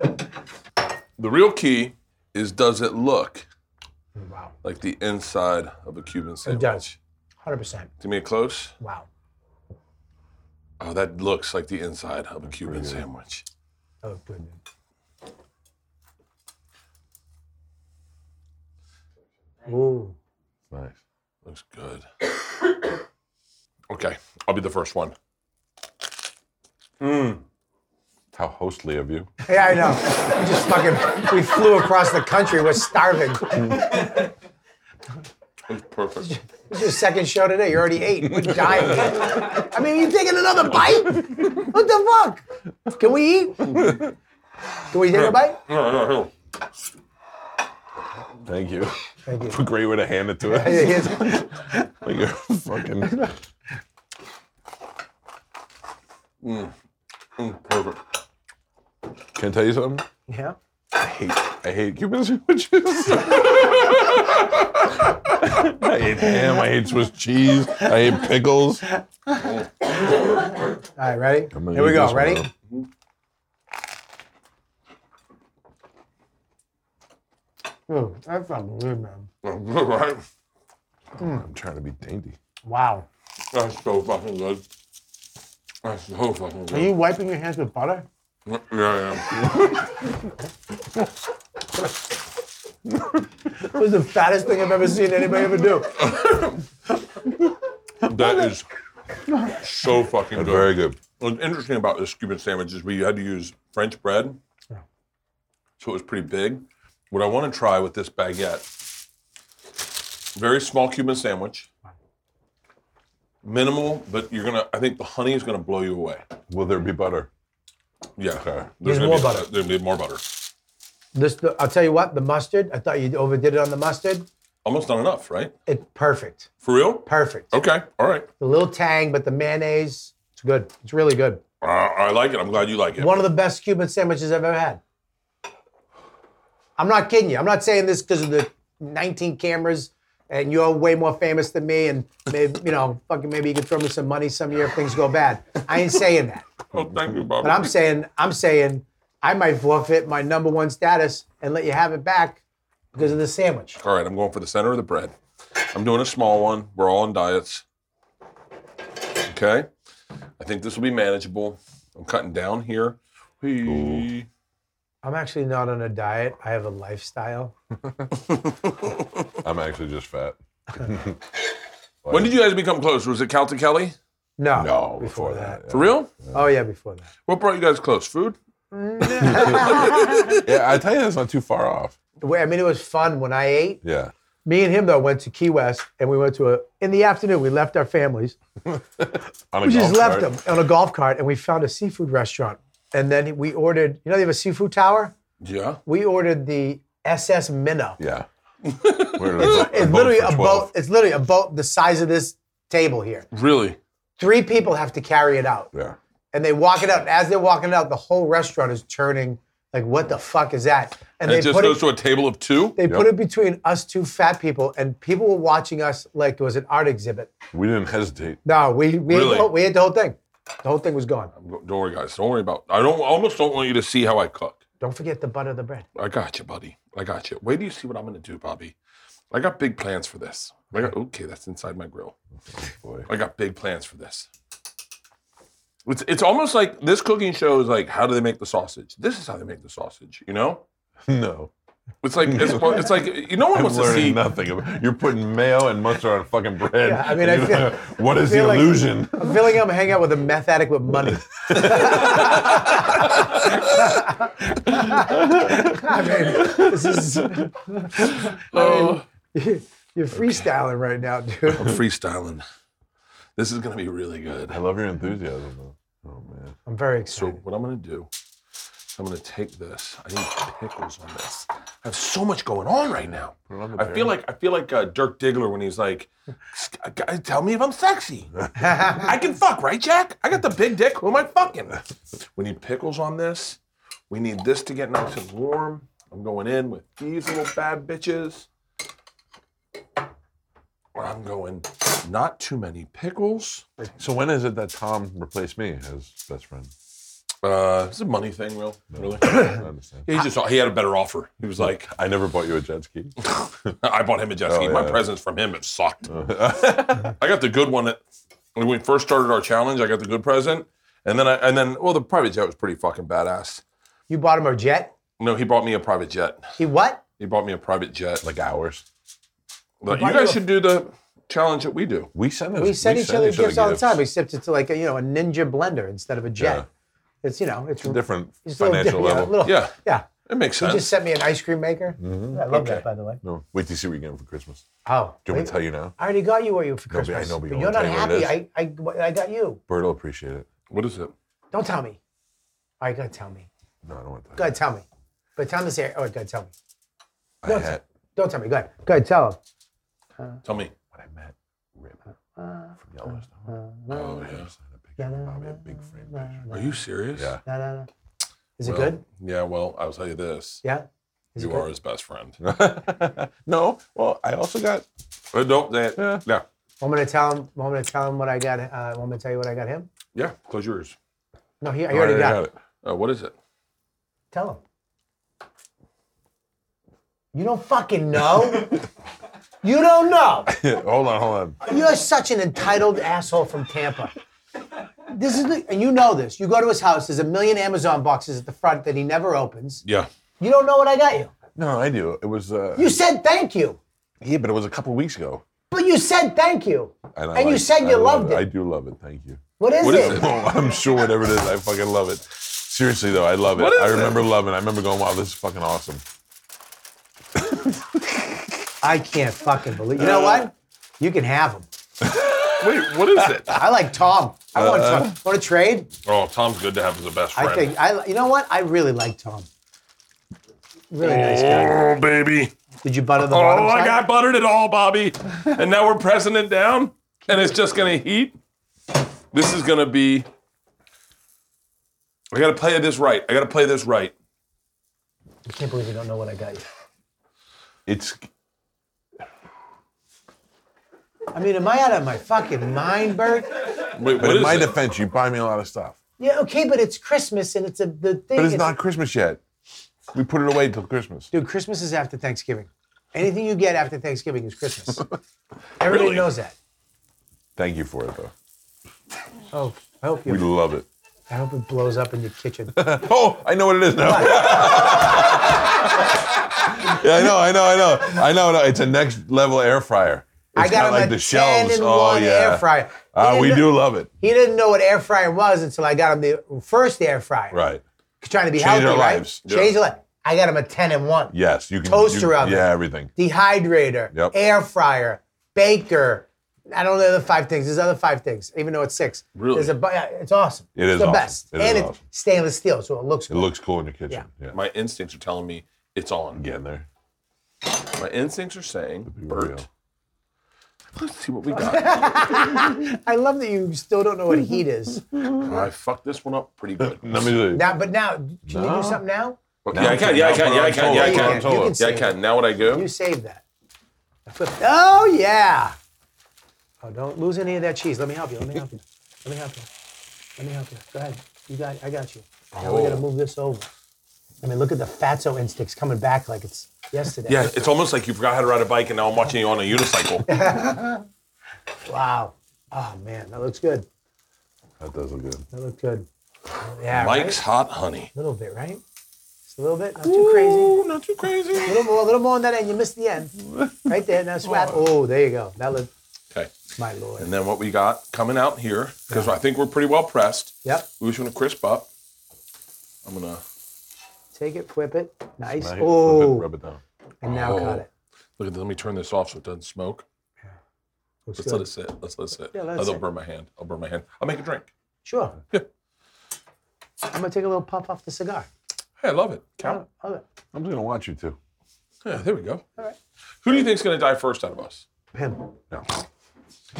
Speaker 1: the real key is does it look
Speaker 3: wow?
Speaker 1: like the inside of a Cuban
Speaker 3: It
Speaker 1: sandwich?
Speaker 3: does. Hundred percent.
Speaker 1: Give me a close.
Speaker 3: Wow.
Speaker 1: Oh, that looks like the inside of a Cuban sandwich.
Speaker 3: Oh, good. Ooh.
Speaker 2: Nice.
Speaker 1: Looks good. [coughs] okay, I'll be the first one.
Speaker 2: Hmm. How hostly of you.
Speaker 3: Yeah, I know. We just fucking, we flew across the country. We're starving.
Speaker 1: [laughs] It's perfect.
Speaker 3: This is your second show today. You already ate. We're dying. I mean, you taking another bite? What the fuck? Can we eat? Can we take a bite?
Speaker 1: No, no, no.
Speaker 2: Thank you. [laughs]
Speaker 3: Thank [laughs] you.
Speaker 2: Great way to
Speaker 1: [laughs]
Speaker 2: hand it to
Speaker 3: Yeah,
Speaker 2: us.
Speaker 3: here's-
Speaker 2: like you're fucking.
Speaker 1: Mm, perfect. [laughs]
Speaker 2: Can I tell you something?
Speaker 3: Yeah.
Speaker 2: hate I hate Cuban sandwiches. [laughs] I hate ham. I hate Swiss cheese. I hate pickles. Here
Speaker 3: All right, ready? Here we go. Ready?
Speaker 2: Mm.
Speaker 3: Ooh, Hmm, that's fucking good, man.
Speaker 1: right?
Speaker 2: I'm trying to be dainty.
Speaker 3: Wow.
Speaker 1: That's so fucking good. That's so fucking
Speaker 3: Are
Speaker 1: good.
Speaker 3: you wiping your hands with butter?
Speaker 1: Yeah, yeah.
Speaker 3: It was the fattest thing I've ever seen anybody ever do.
Speaker 1: That is so fucking good.
Speaker 2: Very good.
Speaker 1: What's interesting about this Cuban sandwich is we had to use French bread, so it was pretty big. What I want to try with this baguette, very small Cuban sandwich, minimal, but you're gonna. I think the honey is gonna blow you away.
Speaker 2: Will there be butter?
Speaker 1: Yeah,
Speaker 3: There's
Speaker 1: there's gonna
Speaker 3: more
Speaker 1: be,
Speaker 3: butter.
Speaker 1: There'll be more butter.
Speaker 3: This, the, I'll tell you what, the mustard. I thought you overdid it on the mustard.
Speaker 1: Almost not enough, right?
Speaker 3: It's perfect,
Speaker 1: For real?
Speaker 3: perfect.
Speaker 1: Okay, all right.
Speaker 3: The little tang, but the mayonnaise. It's good. It's really good.
Speaker 1: Uh, I like it. I'm glad you like it.
Speaker 3: One of the best Cuban sandwiches I've ever had. I'm not kidding you. I'm not saying this because of the 19 cameras, and you're way more famous than me. And maybe you know, fucking maybe you could throw me some money some year if things go bad. I ain't saying that.
Speaker 1: Oh, thank you, Bob.
Speaker 3: But I'm saying, I'm saying, I might forfeit my number one status and let you have it back because of the sandwich.
Speaker 1: All right, I'm going for the center of the bread. I'm doing a small one. We're all on diets. Okay. I think this will be manageable. I'm cutting down here. Whee.
Speaker 3: I'm actually not on a diet. I have a lifestyle.
Speaker 2: I'm actually just fat.
Speaker 1: When did you guys become close? Was it Cal to Kelly?
Speaker 3: No.
Speaker 2: No,
Speaker 3: Before that.
Speaker 1: For real?
Speaker 3: Oh yeah, before that.
Speaker 1: What brought you guys close? Food?
Speaker 2: yeah. Yeah, I tell you, that's not too far off.
Speaker 3: The way I mean, it was fun when I ate.
Speaker 2: Yeah.
Speaker 3: Me and him though went to Key West, and we went to a in the afternoon. We left our families.
Speaker 2: On a
Speaker 3: We just
Speaker 2: golf cart.
Speaker 3: left them on a golf cart, and we found a seafood restaurant. And then we ordered. You know, they have a seafood tower.
Speaker 1: Yeah.
Speaker 3: We ordered the SS Minnow. [laughs]
Speaker 2: Yeah. We're like,
Speaker 3: It's literally a boat. It's literally a boat the size of this table here.
Speaker 1: Really?
Speaker 3: Three people have to carry it out,
Speaker 2: Yeah.
Speaker 3: and they walk it out. As they're walking it out, the whole restaurant is turning. Like, what the fuck is that? And,
Speaker 1: It
Speaker 3: they
Speaker 1: just
Speaker 3: put
Speaker 1: goes
Speaker 3: it,
Speaker 1: to a table of two?
Speaker 3: they put it between us two fat people, and people were watching us like it was an art exhibit.
Speaker 2: We didn't hesitate. [laughs]
Speaker 3: No, we we ate the
Speaker 1: Really?
Speaker 3: whole- we ate the whole thing. The whole thing was gone.
Speaker 1: Don't worry, guys. Don't worry about I don't almost don't want you to see how I cook.
Speaker 3: Don't forget the butter of the bread.
Speaker 1: I got you, buddy. I got you. Wait do you see what I'm gonna do, Bobby. I got big plans for this. I got, okay, that's inside my grill.
Speaker 2: Boy.
Speaker 1: I got big plans for this. It's, it's almost like this cooking show is like, how do they make the sausage? This is how they make the sausage, you know?
Speaker 2: No.
Speaker 1: It's like,
Speaker 2: [laughs]
Speaker 1: it's, it's like, no one
Speaker 2: I'm
Speaker 1: wants to see.
Speaker 2: learning nothing. About, you're putting mayo and mustard on fucking bread.
Speaker 3: Yeah, I mean,
Speaker 2: and
Speaker 3: I
Speaker 2: you don't
Speaker 3: feel-
Speaker 2: know- what is
Speaker 3: feel
Speaker 2: the
Speaker 3: like-
Speaker 2: illusion?
Speaker 3: I'm feeling I'm hanging out with a meth addict with
Speaker 1: [laughs]
Speaker 3: money. I mean, this is. I mean, you're freestyling right now, dude.
Speaker 1: I'm freestyling. This is going to be really good.
Speaker 2: I love your enthusiasm, though. Oh man.
Speaker 3: I'm very
Speaker 1: So,
Speaker 3: excited.
Speaker 1: what I'm going to do, I'm going to take this. I need pickles on this. I have so much going on right now.
Speaker 2: Put it on the
Speaker 1: I feel
Speaker 2: bear.
Speaker 1: like I feel like uh, Dirk Diggler when he's like, "S- guys, "Tell me if I'm
Speaker 2: [laughs]
Speaker 1: sexy. I can fuck, right, Jack? I got the big dick. Who am I
Speaker 2: [laughs]
Speaker 1: fucking?" We need pickles on this. We need this to get nice and warm. I'm going in with these little bad bitches. I'm going not too many pickles.
Speaker 2: So when is it that Tom replaced me as best [clears throat] friend?
Speaker 1: Uh, it's a money thing, real.
Speaker 2: [clears throat]
Speaker 1: Really?
Speaker 2: I understand.
Speaker 1: He just he had a better offer. He was like,
Speaker 2: I never bought you a jet ski.
Speaker 1: [laughs] I bought him a jet ski.
Speaker 2: Oh,
Speaker 1: My
Speaker 2: yeah.
Speaker 1: presents from him it sucked. [laughs] I got the good one at, when we first started our challenge. I got the good present, and then I and then well, the private jet was pretty fucking badass.
Speaker 3: You bought him a jet?
Speaker 1: No, he bought me a private jet.
Speaker 3: He what?
Speaker 1: He bought me a private jet. Like,
Speaker 2: Like hours.
Speaker 1: but
Speaker 3: bought
Speaker 1: you
Speaker 3: you
Speaker 1: guys
Speaker 3: a-
Speaker 1: should do the challenge that we do.
Speaker 2: We send us,
Speaker 3: We send each
Speaker 2: send
Speaker 3: other gifts all the time, except it's like a, you know a ninja blender instead of a jet. It's you know it's,
Speaker 2: Different
Speaker 3: it's a little
Speaker 2: financial
Speaker 3: different, yeah,
Speaker 2: level.
Speaker 3: a little-
Speaker 1: Yeah,
Speaker 3: yeah.
Speaker 1: it makes
Speaker 3: You
Speaker 1: sense.
Speaker 3: just sent me an ice cream maker. I love that, by the way.
Speaker 2: No, wait till you see what you get for Christmas.
Speaker 3: Oh,
Speaker 2: Mm-hmm. Do you want me
Speaker 3: wait.
Speaker 2: to tell you now?
Speaker 3: I already got you what you for
Speaker 2: No, but I
Speaker 3: Christmas.
Speaker 2: know, but you
Speaker 3: you're
Speaker 2: won't
Speaker 3: not
Speaker 2: tell me
Speaker 3: happy.
Speaker 2: what
Speaker 3: I, I, I got you.
Speaker 2: Bert will appreciate it.
Speaker 1: what is it?
Speaker 3: Don't tell me. All right, go ahead, tell me.
Speaker 2: No, I don't want to.
Speaker 3: Go ahead, tell me. But tell me, say, all right, go ahead, tell me.
Speaker 2: I had
Speaker 3: Don't tell me. Go ahead. Go ahead, tell him.
Speaker 1: Tell me.
Speaker 2: when I met Rip from Yellowstone.
Speaker 1: Oh yeah.
Speaker 2: I had a picture of Bobby, a big frame picture.
Speaker 1: Are you serious?
Speaker 2: Yeah.
Speaker 3: No, no, no. Is it
Speaker 1: Well,
Speaker 3: good?
Speaker 1: Yeah. Well, I'll tell you this.
Speaker 3: Yeah. Is
Speaker 1: you
Speaker 3: it good?
Speaker 1: are his best friend.
Speaker 2: No, well, I also got.
Speaker 1: Uh, Don't that?
Speaker 2: Yeah.
Speaker 1: Yeah.
Speaker 3: Want me to tell him? Want me to tell him what I got? Uh, want me to tell you what I got him?
Speaker 1: Yeah. Close yours.
Speaker 3: No, he, I
Speaker 2: I
Speaker 3: already got. it.
Speaker 2: it.
Speaker 1: Uh, what is it?
Speaker 3: Tell him. You don't fucking know. you don't know.
Speaker 2: Yeah, [laughs] hold on, hold on.
Speaker 3: You're such an entitled asshole from Tampa. This is, the, and you know this. You go to his house. There's a million Amazon boxes at the front that he never opens.
Speaker 1: Yeah.
Speaker 3: You don't know what I got you.
Speaker 2: No, I do. It was. Uh,
Speaker 3: You said thank you,
Speaker 2: yeah, but it was a couple weeks ago.
Speaker 3: but you said thank you.
Speaker 2: And, I
Speaker 3: And you
Speaker 2: like-
Speaker 3: said
Speaker 2: I
Speaker 3: you
Speaker 2: love
Speaker 3: loved it.
Speaker 2: I do love it. Thank you.
Speaker 3: What is
Speaker 1: What
Speaker 3: it?
Speaker 1: is
Speaker 2: [laughs]
Speaker 1: it?
Speaker 2: Oh, I'm sure whatever it is, I fucking love it. Seriously though, I love it.
Speaker 1: What is
Speaker 2: I remember loving. it. I remember going, "Wow, this is fucking awesome."
Speaker 3: I can't fucking believe. You know what? You can have him.
Speaker 1: Wait. What is it?
Speaker 3: I like Tom. I
Speaker 1: Uh,
Speaker 3: want Tom. Want to trade?
Speaker 1: [laughs] oh, Tom's good to have as a best friend.
Speaker 3: I think I. You know what? I really like Tom. Really nice guy.
Speaker 1: Oh, baby.
Speaker 3: Did you butter the bottom
Speaker 1: Oh, I
Speaker 3: side?
Speaker 1: got buttered it all, Bobby. And now we're pressing it down, and it's just gonna heat. This is gonna be. I gotta play this right. I gotta play this right.
Speaker 3: I can't believe you don't know what I got you.
Speaker 2: It's
Speaker 3: I mean, am I out of my fucking mind, Bert?
Speaker 1: Wait,
Speaker 2: but
Speaker 1: what
Speaker 2: in
Speaker 1: is
Speaker 2: my
Speaker 1: it?
Speaker 2: defense, you buy me a lot of stuff,
Speaker 3: Yeah, okay, but it's Christmas and it's a the thing.
Speaker 2: but it's not Christmas yet. We put it away till Christmas.
Speaker 3: Dude, Christmas is after Thanksgiving. Anything you get after Thanksgiving is
Speaker 2: [laughs]
Speaker 3: Christmas. Everybody
Speaker 1: Really?
Speaker 3: knows that.
Speaker 2: Thank you for it, though.
Speaker 3: Oh, I hope
Speaker 2: We
Speaker 3: you.
Speaker 2: love
Speaker 3: [laughs]
Speaker 2: it.
Speaker 3: I hope it blows up in your
Speaker 2: [laughs]
Speaker 3: kitchen.
Speaker 2: Oh, I know what it is now. [laughs] yeah, I know, I know, I know, I know, I know. It's a next level air fryer. It's
Speaker 3: I got
Speaker 2: got
Speaker 3: him
Speaker 2: like
Speaker 3: a
Speaker 2: the shelves.
Speaker 3: 10 in
Speaker 2: oh
Speaker 3: one
Speaker 2: yeah,
Speaker 3: air fryer. He
Speaker 2: Ah, we
Speaker 3: didn't
Speaker 2: do
Speaker 3: know-
Speaker 2: love it.
Speaker 3: He didn't know what air fryer was until I got him the first air fryer.
Speaker 2: Right.
Speaker 3: Trying to be
Speaker 2: Change
Speaker 3: healthy,
Speaker 2: our
Speaker 3: right?
Speaker 2: lives.
Speaker 3: Change our life. I got him a ten and one.
Speaker 2: Yes, you can.
Speaker 3: Toaster
Speaker 2: you,
Speaker 3: oven.
Speaker 2: Yeah, everything.
Speaker 3: Dehydrator,
Speaker 2: Yep.
Speaker 3: air fryer, baker. I don't know the five things. There's other five things, even though it's six.
Speaker 1: Really?
Speaker 3: There's a, bu- yeah, it's awesome.
Speaker 2: It
Speaker 3: it's
Speaker 2: is
Speaker 3: the
Speaker 2: awesome.
Speaker 3: best.
Speaker 2: It is
Speaker 3: and it's
Speaker 2: awesome.
Speaker 3: stainless steel, so it looks
Speaker 2: It
Speaker 3: good.
Speaker 2: looks cool in your kitchen. Yeah.
Speaker 1: My instincts are telling me it's on.
Speaker 2: Getting there.
Speaker 1: My instincts are saying,
Speaker 2: Real.
Speaker 1: Bert, let's see what we
Speaker 3: [laughs]
Speaker 1: got.
Speaker 3: I love that you still don't know what
Speaker 2: [laughs]
Speaker 3: heat is.
Speaker 1: I fucked this one up pretty good.
Speaker 2: Let me do.
Speaker 3: Now, but now, can you do something now?
Speaker 1: Okay, yeah, I can. Yeah, I can. Yeah, I can. Yeah, I
Speaker 3: You
Speaker 1: can.
Speaker 3: can, you can
Speaker 1: Yeah, I
Speaker 3: save
Speaker 1: can. Now what I
Speaker 3: it. You
Speaker 1: do?
Speaker 3: saved that. I flipped- Oh yeah. Oh, don't lose any of that cheese. Let me help you. Let me help you. Let me help you. Let me help you. Go ahead. You got. I got you. Now we're
Speaker 1: Oh.
Speaker 3: gonna move this over. I mean, look at the fatso instincts coming back like it's yesterday.
Speaker 1: Yeah, it's almost like you forgot how to ride a bike and now I'm watching you on a
Speaker 3: [laughs]
Speaker 1: unicycle.
Speaker 3: Wow. Oh man, that looks good.
Speaker 2: That does look good.
Speaker 3: That looked good. Yeah.
Speaker 1: Mike's
Speaker 3: right?
Speaker 1: hot honey.
Speaker 3: A little bit, right? Just a little bit. Not too crazy.
Speaker 1: Ooh, not too crazy.
Speaker 3: A little more, a little more on that end. You missed the end. Right there. Now swap. Oh, there you go. That looked.
Speaker 1: Okay.
Speaker 3: My lord.
Speaker 1: And then what we got coming out here, because I think we're pretty well pressed.
Speaker 3: Yep.
Speaker 1: We just want to crisp up. I'm gonna.
Speaker 3: Take it, whip it. Nice.
Speaker 2: Now you
Speaker 3: Oh,
Speaker 2: Rub it, rub it down.
Speaker 3: and
Speaker 1: Oh.
Speaker 3: now cut it.
Speaker 1: Look at this. Let me turn this off so it doesn't smoke.
Speaker 3: Looks
Speaker 1: Let's let
Speaker 3: good.
Speaker 1: it sit. Let's let it sit.
Speaker 3: Yeah, let it
Speaker 1: I'll
Speaker 3: sit.
Speaker 1: burn my hand. I'll burn my hand. I'll make a drink.
Speaker 3: Sure. I'm gonna take a little puff off the cigar.
Speaker 1: Hey, I love it. Count.
Speaker 3: Oh, hold it.
Speaker 2: I'm just gonna watch you too.
Speaker 1: Yeah, there we go.
Speaker 3: All right.
Speaker 1: Who do you think's gonna die first out of us?
Speaker 3: Him.
Speaker 2: No.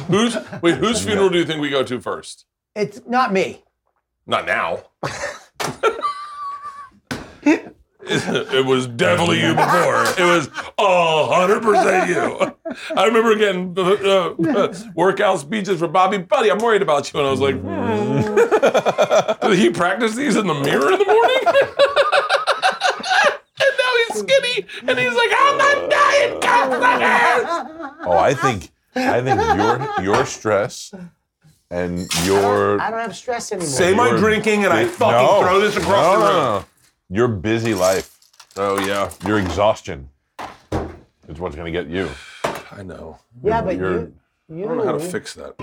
Speaker 1: Who's wait?
Speaker 3: [laughs]
Speaker 1: Whose funeral do you think we go to first?
Speaker 3: It's not me.
Speaker 1: Not now. it was definitely you before. It was hundred percent you. I remember getting uh, uh, workout speeches for Bobby. Buddy, I'm worried about you, and I was like, hmm. did he practice these in the mirror in the morning? [laughs] and now he's skinny, and he's like, I'm not dying, cocksuckers.
Speaker 2: Oh, I think I think your your stress and your
Speaker 3: I don't have stress anymore.
Speaker 1: Say my drinking, and I fucking
Speaker 2: No.
Speaker 1: throw this across
Speaker 2: No,
Speaker 1: the
Speaker 2: no,
Speaker 1: room.
Speaker 2: no, no. Your busy life,
Speaker 1: Oh yeah,
Speaker 2: your exhaustion, is what's gonna get you.
Speaker 1: I know.
Speaker 3: yeah, but
Speaker 2: you're-
Speaker 3: you, you,
Speaker 1: I don't know how to fix that.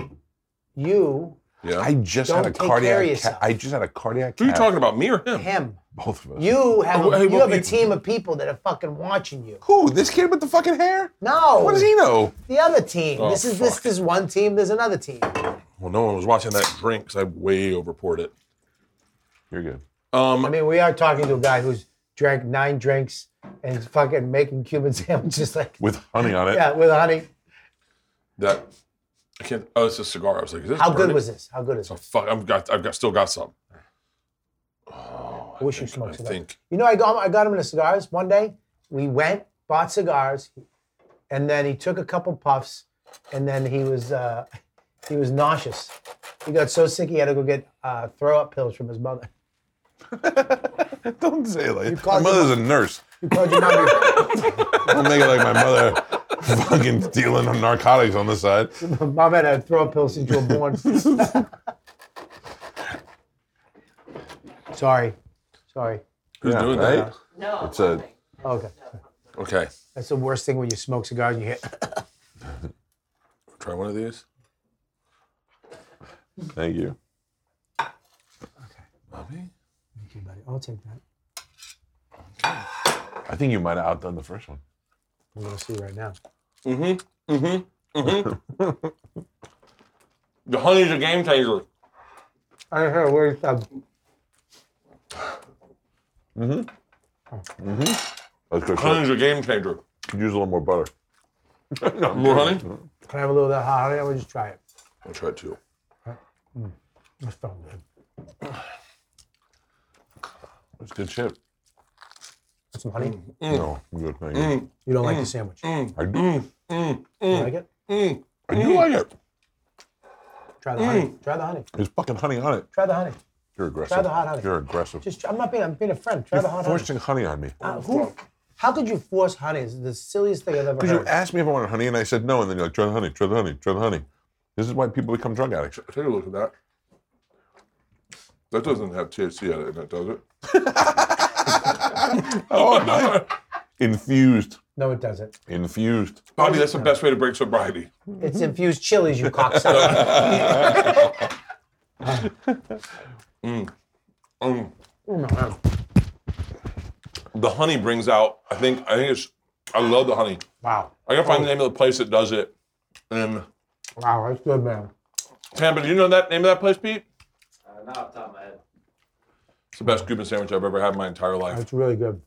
Speaker 3: you,
Speaker 1: Yeah.
Speaker 2: I just
Speaker 3: Don't
Speaker 2: had a
Speaker 3: take care of
Speaker 2: cardiac.
Speaker 3: yourself.
Speaker 2: Ca- I just had a cardiac.
Speaker 1: Who are you
Speaker 2: ca-
Speaker 1: talking about, me or him?
Speaker 3: him.
Speaker 2: Both of us.
Speaker 3: You have,
Speaker 1: Oh, hey,
Speaker 3: you
Speaker 1: well,
Speaker 3: have a
Speaker 1: you-
Speaker 3: team of people that are fucking watching you.
Speaker 2: Who? This kid with the fucking hair?
Speaker 3: No,
Speaker 2: What does he know?
Speaker 3: the other team.
Speaker 1: Oh,
Speaker 3: this is this
Speaker 1: fuck.
Speaker 3: this one team. There's another team.
Speaker 1: Well, no one was watching that drink because I way over poured it. Um,
Speaker 2: You're good.
Speaker 3: I mean, we are talking to a guy who's drank nine drinks and is fucking making Cuban [laughs] sandwiches like
Speaker 2: With honey on it.
Speaker 3: yeah with honey.
Speaker 1: That I can't. Oh, it's a cigar. I was like, is this
Speaker 3: How good
Speaker 1: burning?
Speaker 3: was this? How good is
Speaker 1: Oh,
Speaker 3: this?
Speaker 1: fuck, I've got, I've got, still got some.
Speaker 3: I wish you
Speaker 1: I
Speaker 3: smoked cigars.
Speaker 1: think.
Speaker 3: You know, I got I got him into cigars one day. We went, bought cigars, and then he took a couple puffs, and then he was uh, [laughs] he was nauseous. He got so sick he had to go get uh, throw up pills from his mother.
Speaker 2: [laughs]
Speaker 3: [laughs]
Speaker 2: Don't say it like My
Speaker 3: caused
Speaker 2: mother's a nurse.
Speaker 3: You called your mom. your-
Speaker 2: Don't make it like my mother fucking dealing narcotics on the side.
Speaker 3: mom had a throw up pill since you were born. [laughs] Sorry, sorry.
Speaker 1: Who's
Speaker 2: Yeah,
Speaker 1: doing
Speaker 2: right?
Speaker 1: that?
Speaker 5: No.
Speaker 2: It's a-
Speaker 3: Okay,
Speaker 1: Okay.
Speaker 3: that's the worst thing when you smoke cigars and you hit.
Speaker 1: Try one of these.
Speaker 2: Thank you.
Speaker 1: Bobby?
Speaker 3: I'll take that.
Speaker 2: I think you might have outdone the first one.
Speaker 3: I'm gonna see right now.
Speaker 1: Mm-hmm. [laughs] The honey's a game changer.
Speaker 3: I don't know where um,
Speaker 2: That's good. shit.
Speaker 1: Honey's a game changer.
Speaker 2: Could use a little more butter.
Speaker 1: More honey?
Speaker 3: Can I have a little of that hot honey? I'm gonna just try it.
Speaker 1: I'll try two.
Speaker 3: That's felt good.
Speaker 2: That's good shit.
Speaker 3: That's some honey.
Speaker 1: Mm.
Speaker 2: No, I'm good. Thank you.
Speaker 3: You don't like the sandwich.
Speaker 2: I, do,
Speaker 1: Mm.
Speaker 3: You like it?
Speaker 2: I do like it.
Speaker 3: Try the honey.
Speaker 1: Mm.
Speaker 3: Try the honey.
Speaker 2: There's fucking honey on it.
Speaker 3: Try the honey.
Speaker 2: You're aggressive.
Speaker 3: the hot honey.
Speaker 2: You're aggressive.
Speaker 3: Just I'm not being I'm being a friend. Try the hot honey.
Speaker 2: Forcing honey on me.
Speaker 3: Uh, who, How could you force honey? It's the silliest thing I've ever
Speaker 2: Because you
Speaker 3: heard.
Speaker 2: asked me if I wanted honey, and I said no, and then you're like, try the honey, try the honey, try the honey. This is why people become drug addicts.
Speaker 1: Take a look at that. That doesn't have THC in it, does
Speaker 3: [laughs]
Speaker 1: it?
Speaker 2: Oh, no. infused,
Speaker 3: no, it doesn't.
Speaker 2: infused.
Speaker 1: Bobby, that's the best way to break sobriety.
Speaker 3: It's infused chilies, you
Speaker 1: [laughs]
Speaker 3: cocksucker.
Speaker 1: Um,
Speaker 3: Oh,
Speaker 1: the honey brings out. I think. I think it's. I love the honey.
Speaker 3: wow.
Speaker 1: I gotta find the name of the place that does it. And
Speaker 3: Wow, that's good, man.
Speaker 1: Tampa, do you know that name of that place, Pete?
Speaker 9: Uh, not off the top of my head.
Speaker 1: It's the best Cuban sandwich I've ever had in my entire life.
Speaker 3: That's really good.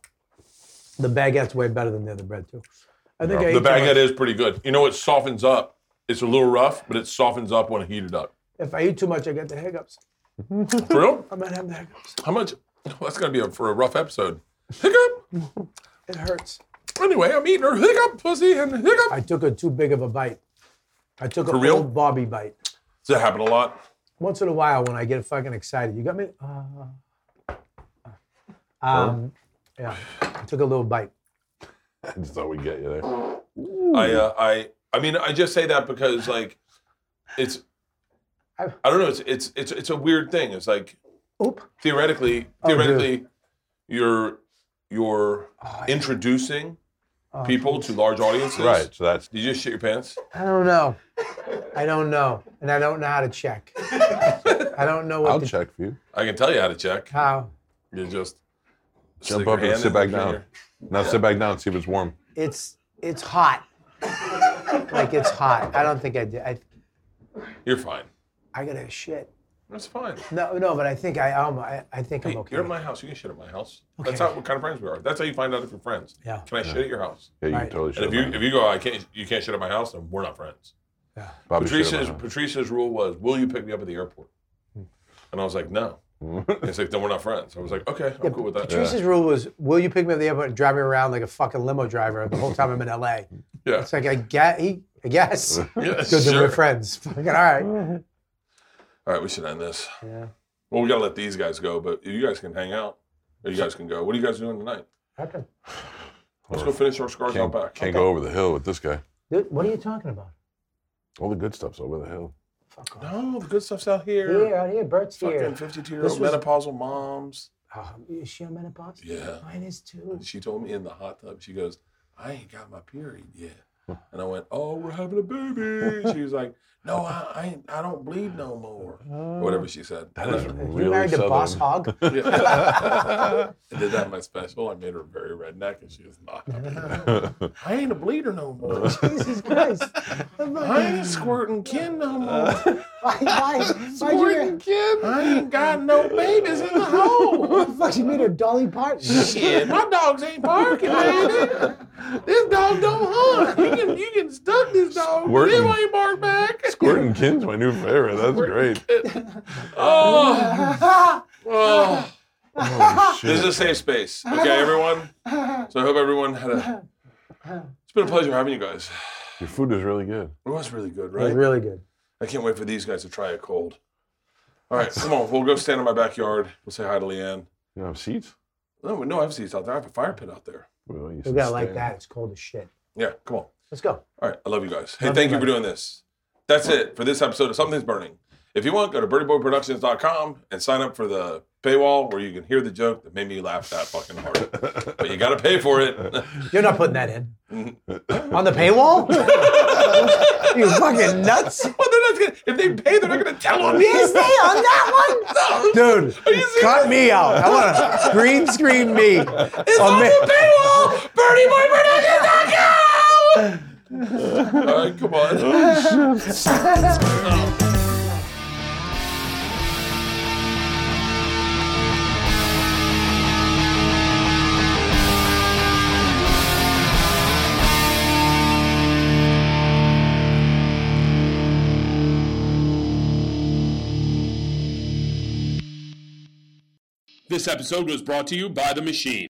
Speaker 3: The baguette's way better than the other bread, too. I think I ate
Speaker 1: The
Speaker 3: too much-
Speaker 1: baguette is pretty good. You know, it softens up. It's a little rough, but it softens up when heated up.
Speaker 3: If I eat too much, I get the hiccups.
Speaker 1: For real?
Speaker 3: I might have the hiccups.
Speaker 1: How much? [laughs] Well, that's gonna be a, for a rough episode. Hiccup.
Speaker 3: It hurts.
Speaker 1: Anyway, I'm eating her hiccup pussy and hiccup.
Speaker 3: I took a too big of a bite. I took a
Speaker 1: For real?
Speaker 3: old Bobby bite.
Speaker 1: Does that happen a lot?
Speaker 3: Once in a while, when I get fucking excited, you got me. Uh, um, yeah, I took a little bite.
Speaker 2: I just thought we'd get you there.
Speaker 1: I, uh, I, I mean, I just say that because like, it's, I
Speaker 3: I-
Speaker 1: don't know. It's, it's, it's, it's a weird thing. It's like
Speaker 3: Oop.
Speaker 1: theoretically,
Speaker 3: dude.
Speaker 1: theoretically, you're, you're
Speaker 3: Ah,
Speaker 1: introducing people to large audiences.
Speaker 2: Right, so that's
Speaker 1: Did you just shit your pants?
Speaker 3: I don't know. I don't know, and I don't know how to check. I don't know what
Speaker 2: I'll
Speaker 3: to
Speaker 2: check for you.
Speaker 1: I can tell you how to check.
Speaker 3: how.
Speaker 1: You just stick
Speaker 2: Jump
Speaker 1: your
Speaker 2: up and
Speaker 1: hand
Speaker 2: sit
Speaker 1: in
Speaker 2: back
Speaker 1: the
Speaker 2: down.
Speaker 1: finger.
Speaker 2: Now sit back down, see if it's warm.
Speaker 3: It's it's hot. like it's hot. I don't think I did. I
Speaker 1: You're fine.
Speaker 3: I gotta shit.
Speaker 1: That's fine.
Speaker 3: No, no, but I think I um I, I think
Speaker 1: Hey,
Speaker 3: I'm okay.
Speaker 1: You're at my house. You can shit at my house. That's
Speaker 3: Okay.
Speaker 1: how what kind of friends we are. That's how you find out if you're friends.
Speaker 3: Yeah.
Speaker 1: Can I shit at your house?
Speaker 2: Yeah, you
Speaker 3: Right.
Speaker 2: can totally
Speaker 1: And
Speaker 2: shit.
Speaker 1: if you if you go, I can't. You can't shit at my house, then we're not friends. Patricia's Patricia's rule was, "Will you pick me up at the airport?"
Speaker 2: Hmm.
Speaker 1: And I was like,
Speaker 2: [laughs]
Speaker 1: "No." It's like, "Then we're not friends." I was like, "Okay, I'm cool with that."
Speaker 3: Patrice's rule was, "Will you pick me up at the airport and drive me around like a fucking limo driver the whole time I'm in LA?"
Speaker 1: yeah,
Speaker 3: It's like I get, he, I
Speaker 1: [laughs]
Speaker 3: guess.
Speaker 1: yeah,
Speaker 3: Good that
Speaker 1: sure.
Speaker 3: we're friends. [laughs] Fucking all right.
Speaker 1: All right, we should end this.
Speaker 3: Yeah.
Speaker 1: Well, we gotta let these guys go, but you guys can hang out, or you guys can go. What are you guys doing tonight?
Speaker 3: Okay.
Speaker 1: Let's go finish our scars out
Speaker 2: can't,
Speaker 1: back.
Speaker 2: can't go over the hill with this guy.
Speaker 3: Dude, what are you talking about?
Speaker 2: All the good stuff's over the hill.
Speaker 3: Fuck off.
Speaker 1: No, the good stuff's out here.
Speaker 3: Here, out here, Bert's here.
Speaker 1: Fucking 52 year old
Speaker 3: This was-
Speaker 1: menopausal moms.
Speaker 3: Oh, is she on menopause?
Speaker 1: Yeah.
Speaker 3: Mine is too.
Speaker 1: She told me in the hot tub, she goes, I ain't got my period yet. And I went, Oh, we're having a baby. She was like, No, I, I, ain't, I don't bleed no more.
Speaker 2: Uh,
Speaker 1: Or whatever she said. And I-
Speaker 3: You married to Boss Hog?
Speaker 1: [laughs]
Speaker 2: [laughs]
Speaker 1: Yeah. I did that in my special. I made her very redneck, and she was not. [laughs] I ain't a bleeder no more. [laughs]
Speaker 3: Jesus Christ. I'm like,
Speaker 1: I ain't squirting kin no more.
Speaker 3: Why, why, why'd you,
Speaker 1: I ain't got no babies in the hole.
Speaker 3: what the [laughs] fuck, you made her Dolly Parton? [laughs]
Speaker 1: Shit, my dogs ain't barking, man. This dog don't hunt. You can you can stuck this dog.
Speaker 2: Squirting.
Speaker 1: Him ain't bark back.
Speaker 2: Squirtin' Kin's my new favorite. That's great.
Speaker 1: Oh. oh.
Speaker 2: Holy
Speaker 1: This is
Speaker 2: shit.
Speaker 1: a safe space, okay, everyone. So I hope everyone had a. It's been a pleasure having you guys.
Speaker 2: Your food is really good.
Speaker 1: It was really good,
Speaker 3: It was
Speaker 1: right?
Speaker 3: really good.
Speaker 1: I can't wait for these guys to try a cold. All right, come on. We'll go stand in my backyard. We'll say hi to Leanne.
Speaker 2: You have seats?
Speaker 1: No, no, I've seats out there. I have a fire pit out there.
Speaker 2: Well, you
Speaker 3: We
Speaker 2: said
Speaker 3: gotta like
Speaker 2: stand.
Speaker 3: that. It's cold as shit.
Speaker 1: Yeah, come on.
Speaker 3: Let's go.
Speaker 1: All right, I love you guys. Hey,
Speaker 3: Love
Speaker 1: thank
Speaker 3: you
Speaker 1: you for
Speaker 3: guys.
Speaker 1: doing this. That's it for this episode of Something's Burning. If you want, go to birdieboyproductions.com and sign up for the paywall where you can hear the joke that made me laugh that fucking hard. but you got to pay for it. [laughs]
Speaker 3: You're not putting that in. On the paywall? you fucking
Speaker 1: [laughs]
Speaker 3: nuts?
Speaker 1: well, they're not gonna, if they pay, they're not going to tell on me.
Speaker 3: Yes, they on
Speaker 1: [laughs]
Speaker 3: that one? Dude, cut me out. I want to green screen me. It's on the paywall.
Speaker 1: All right, come on. This episode was brought to you by The Machine.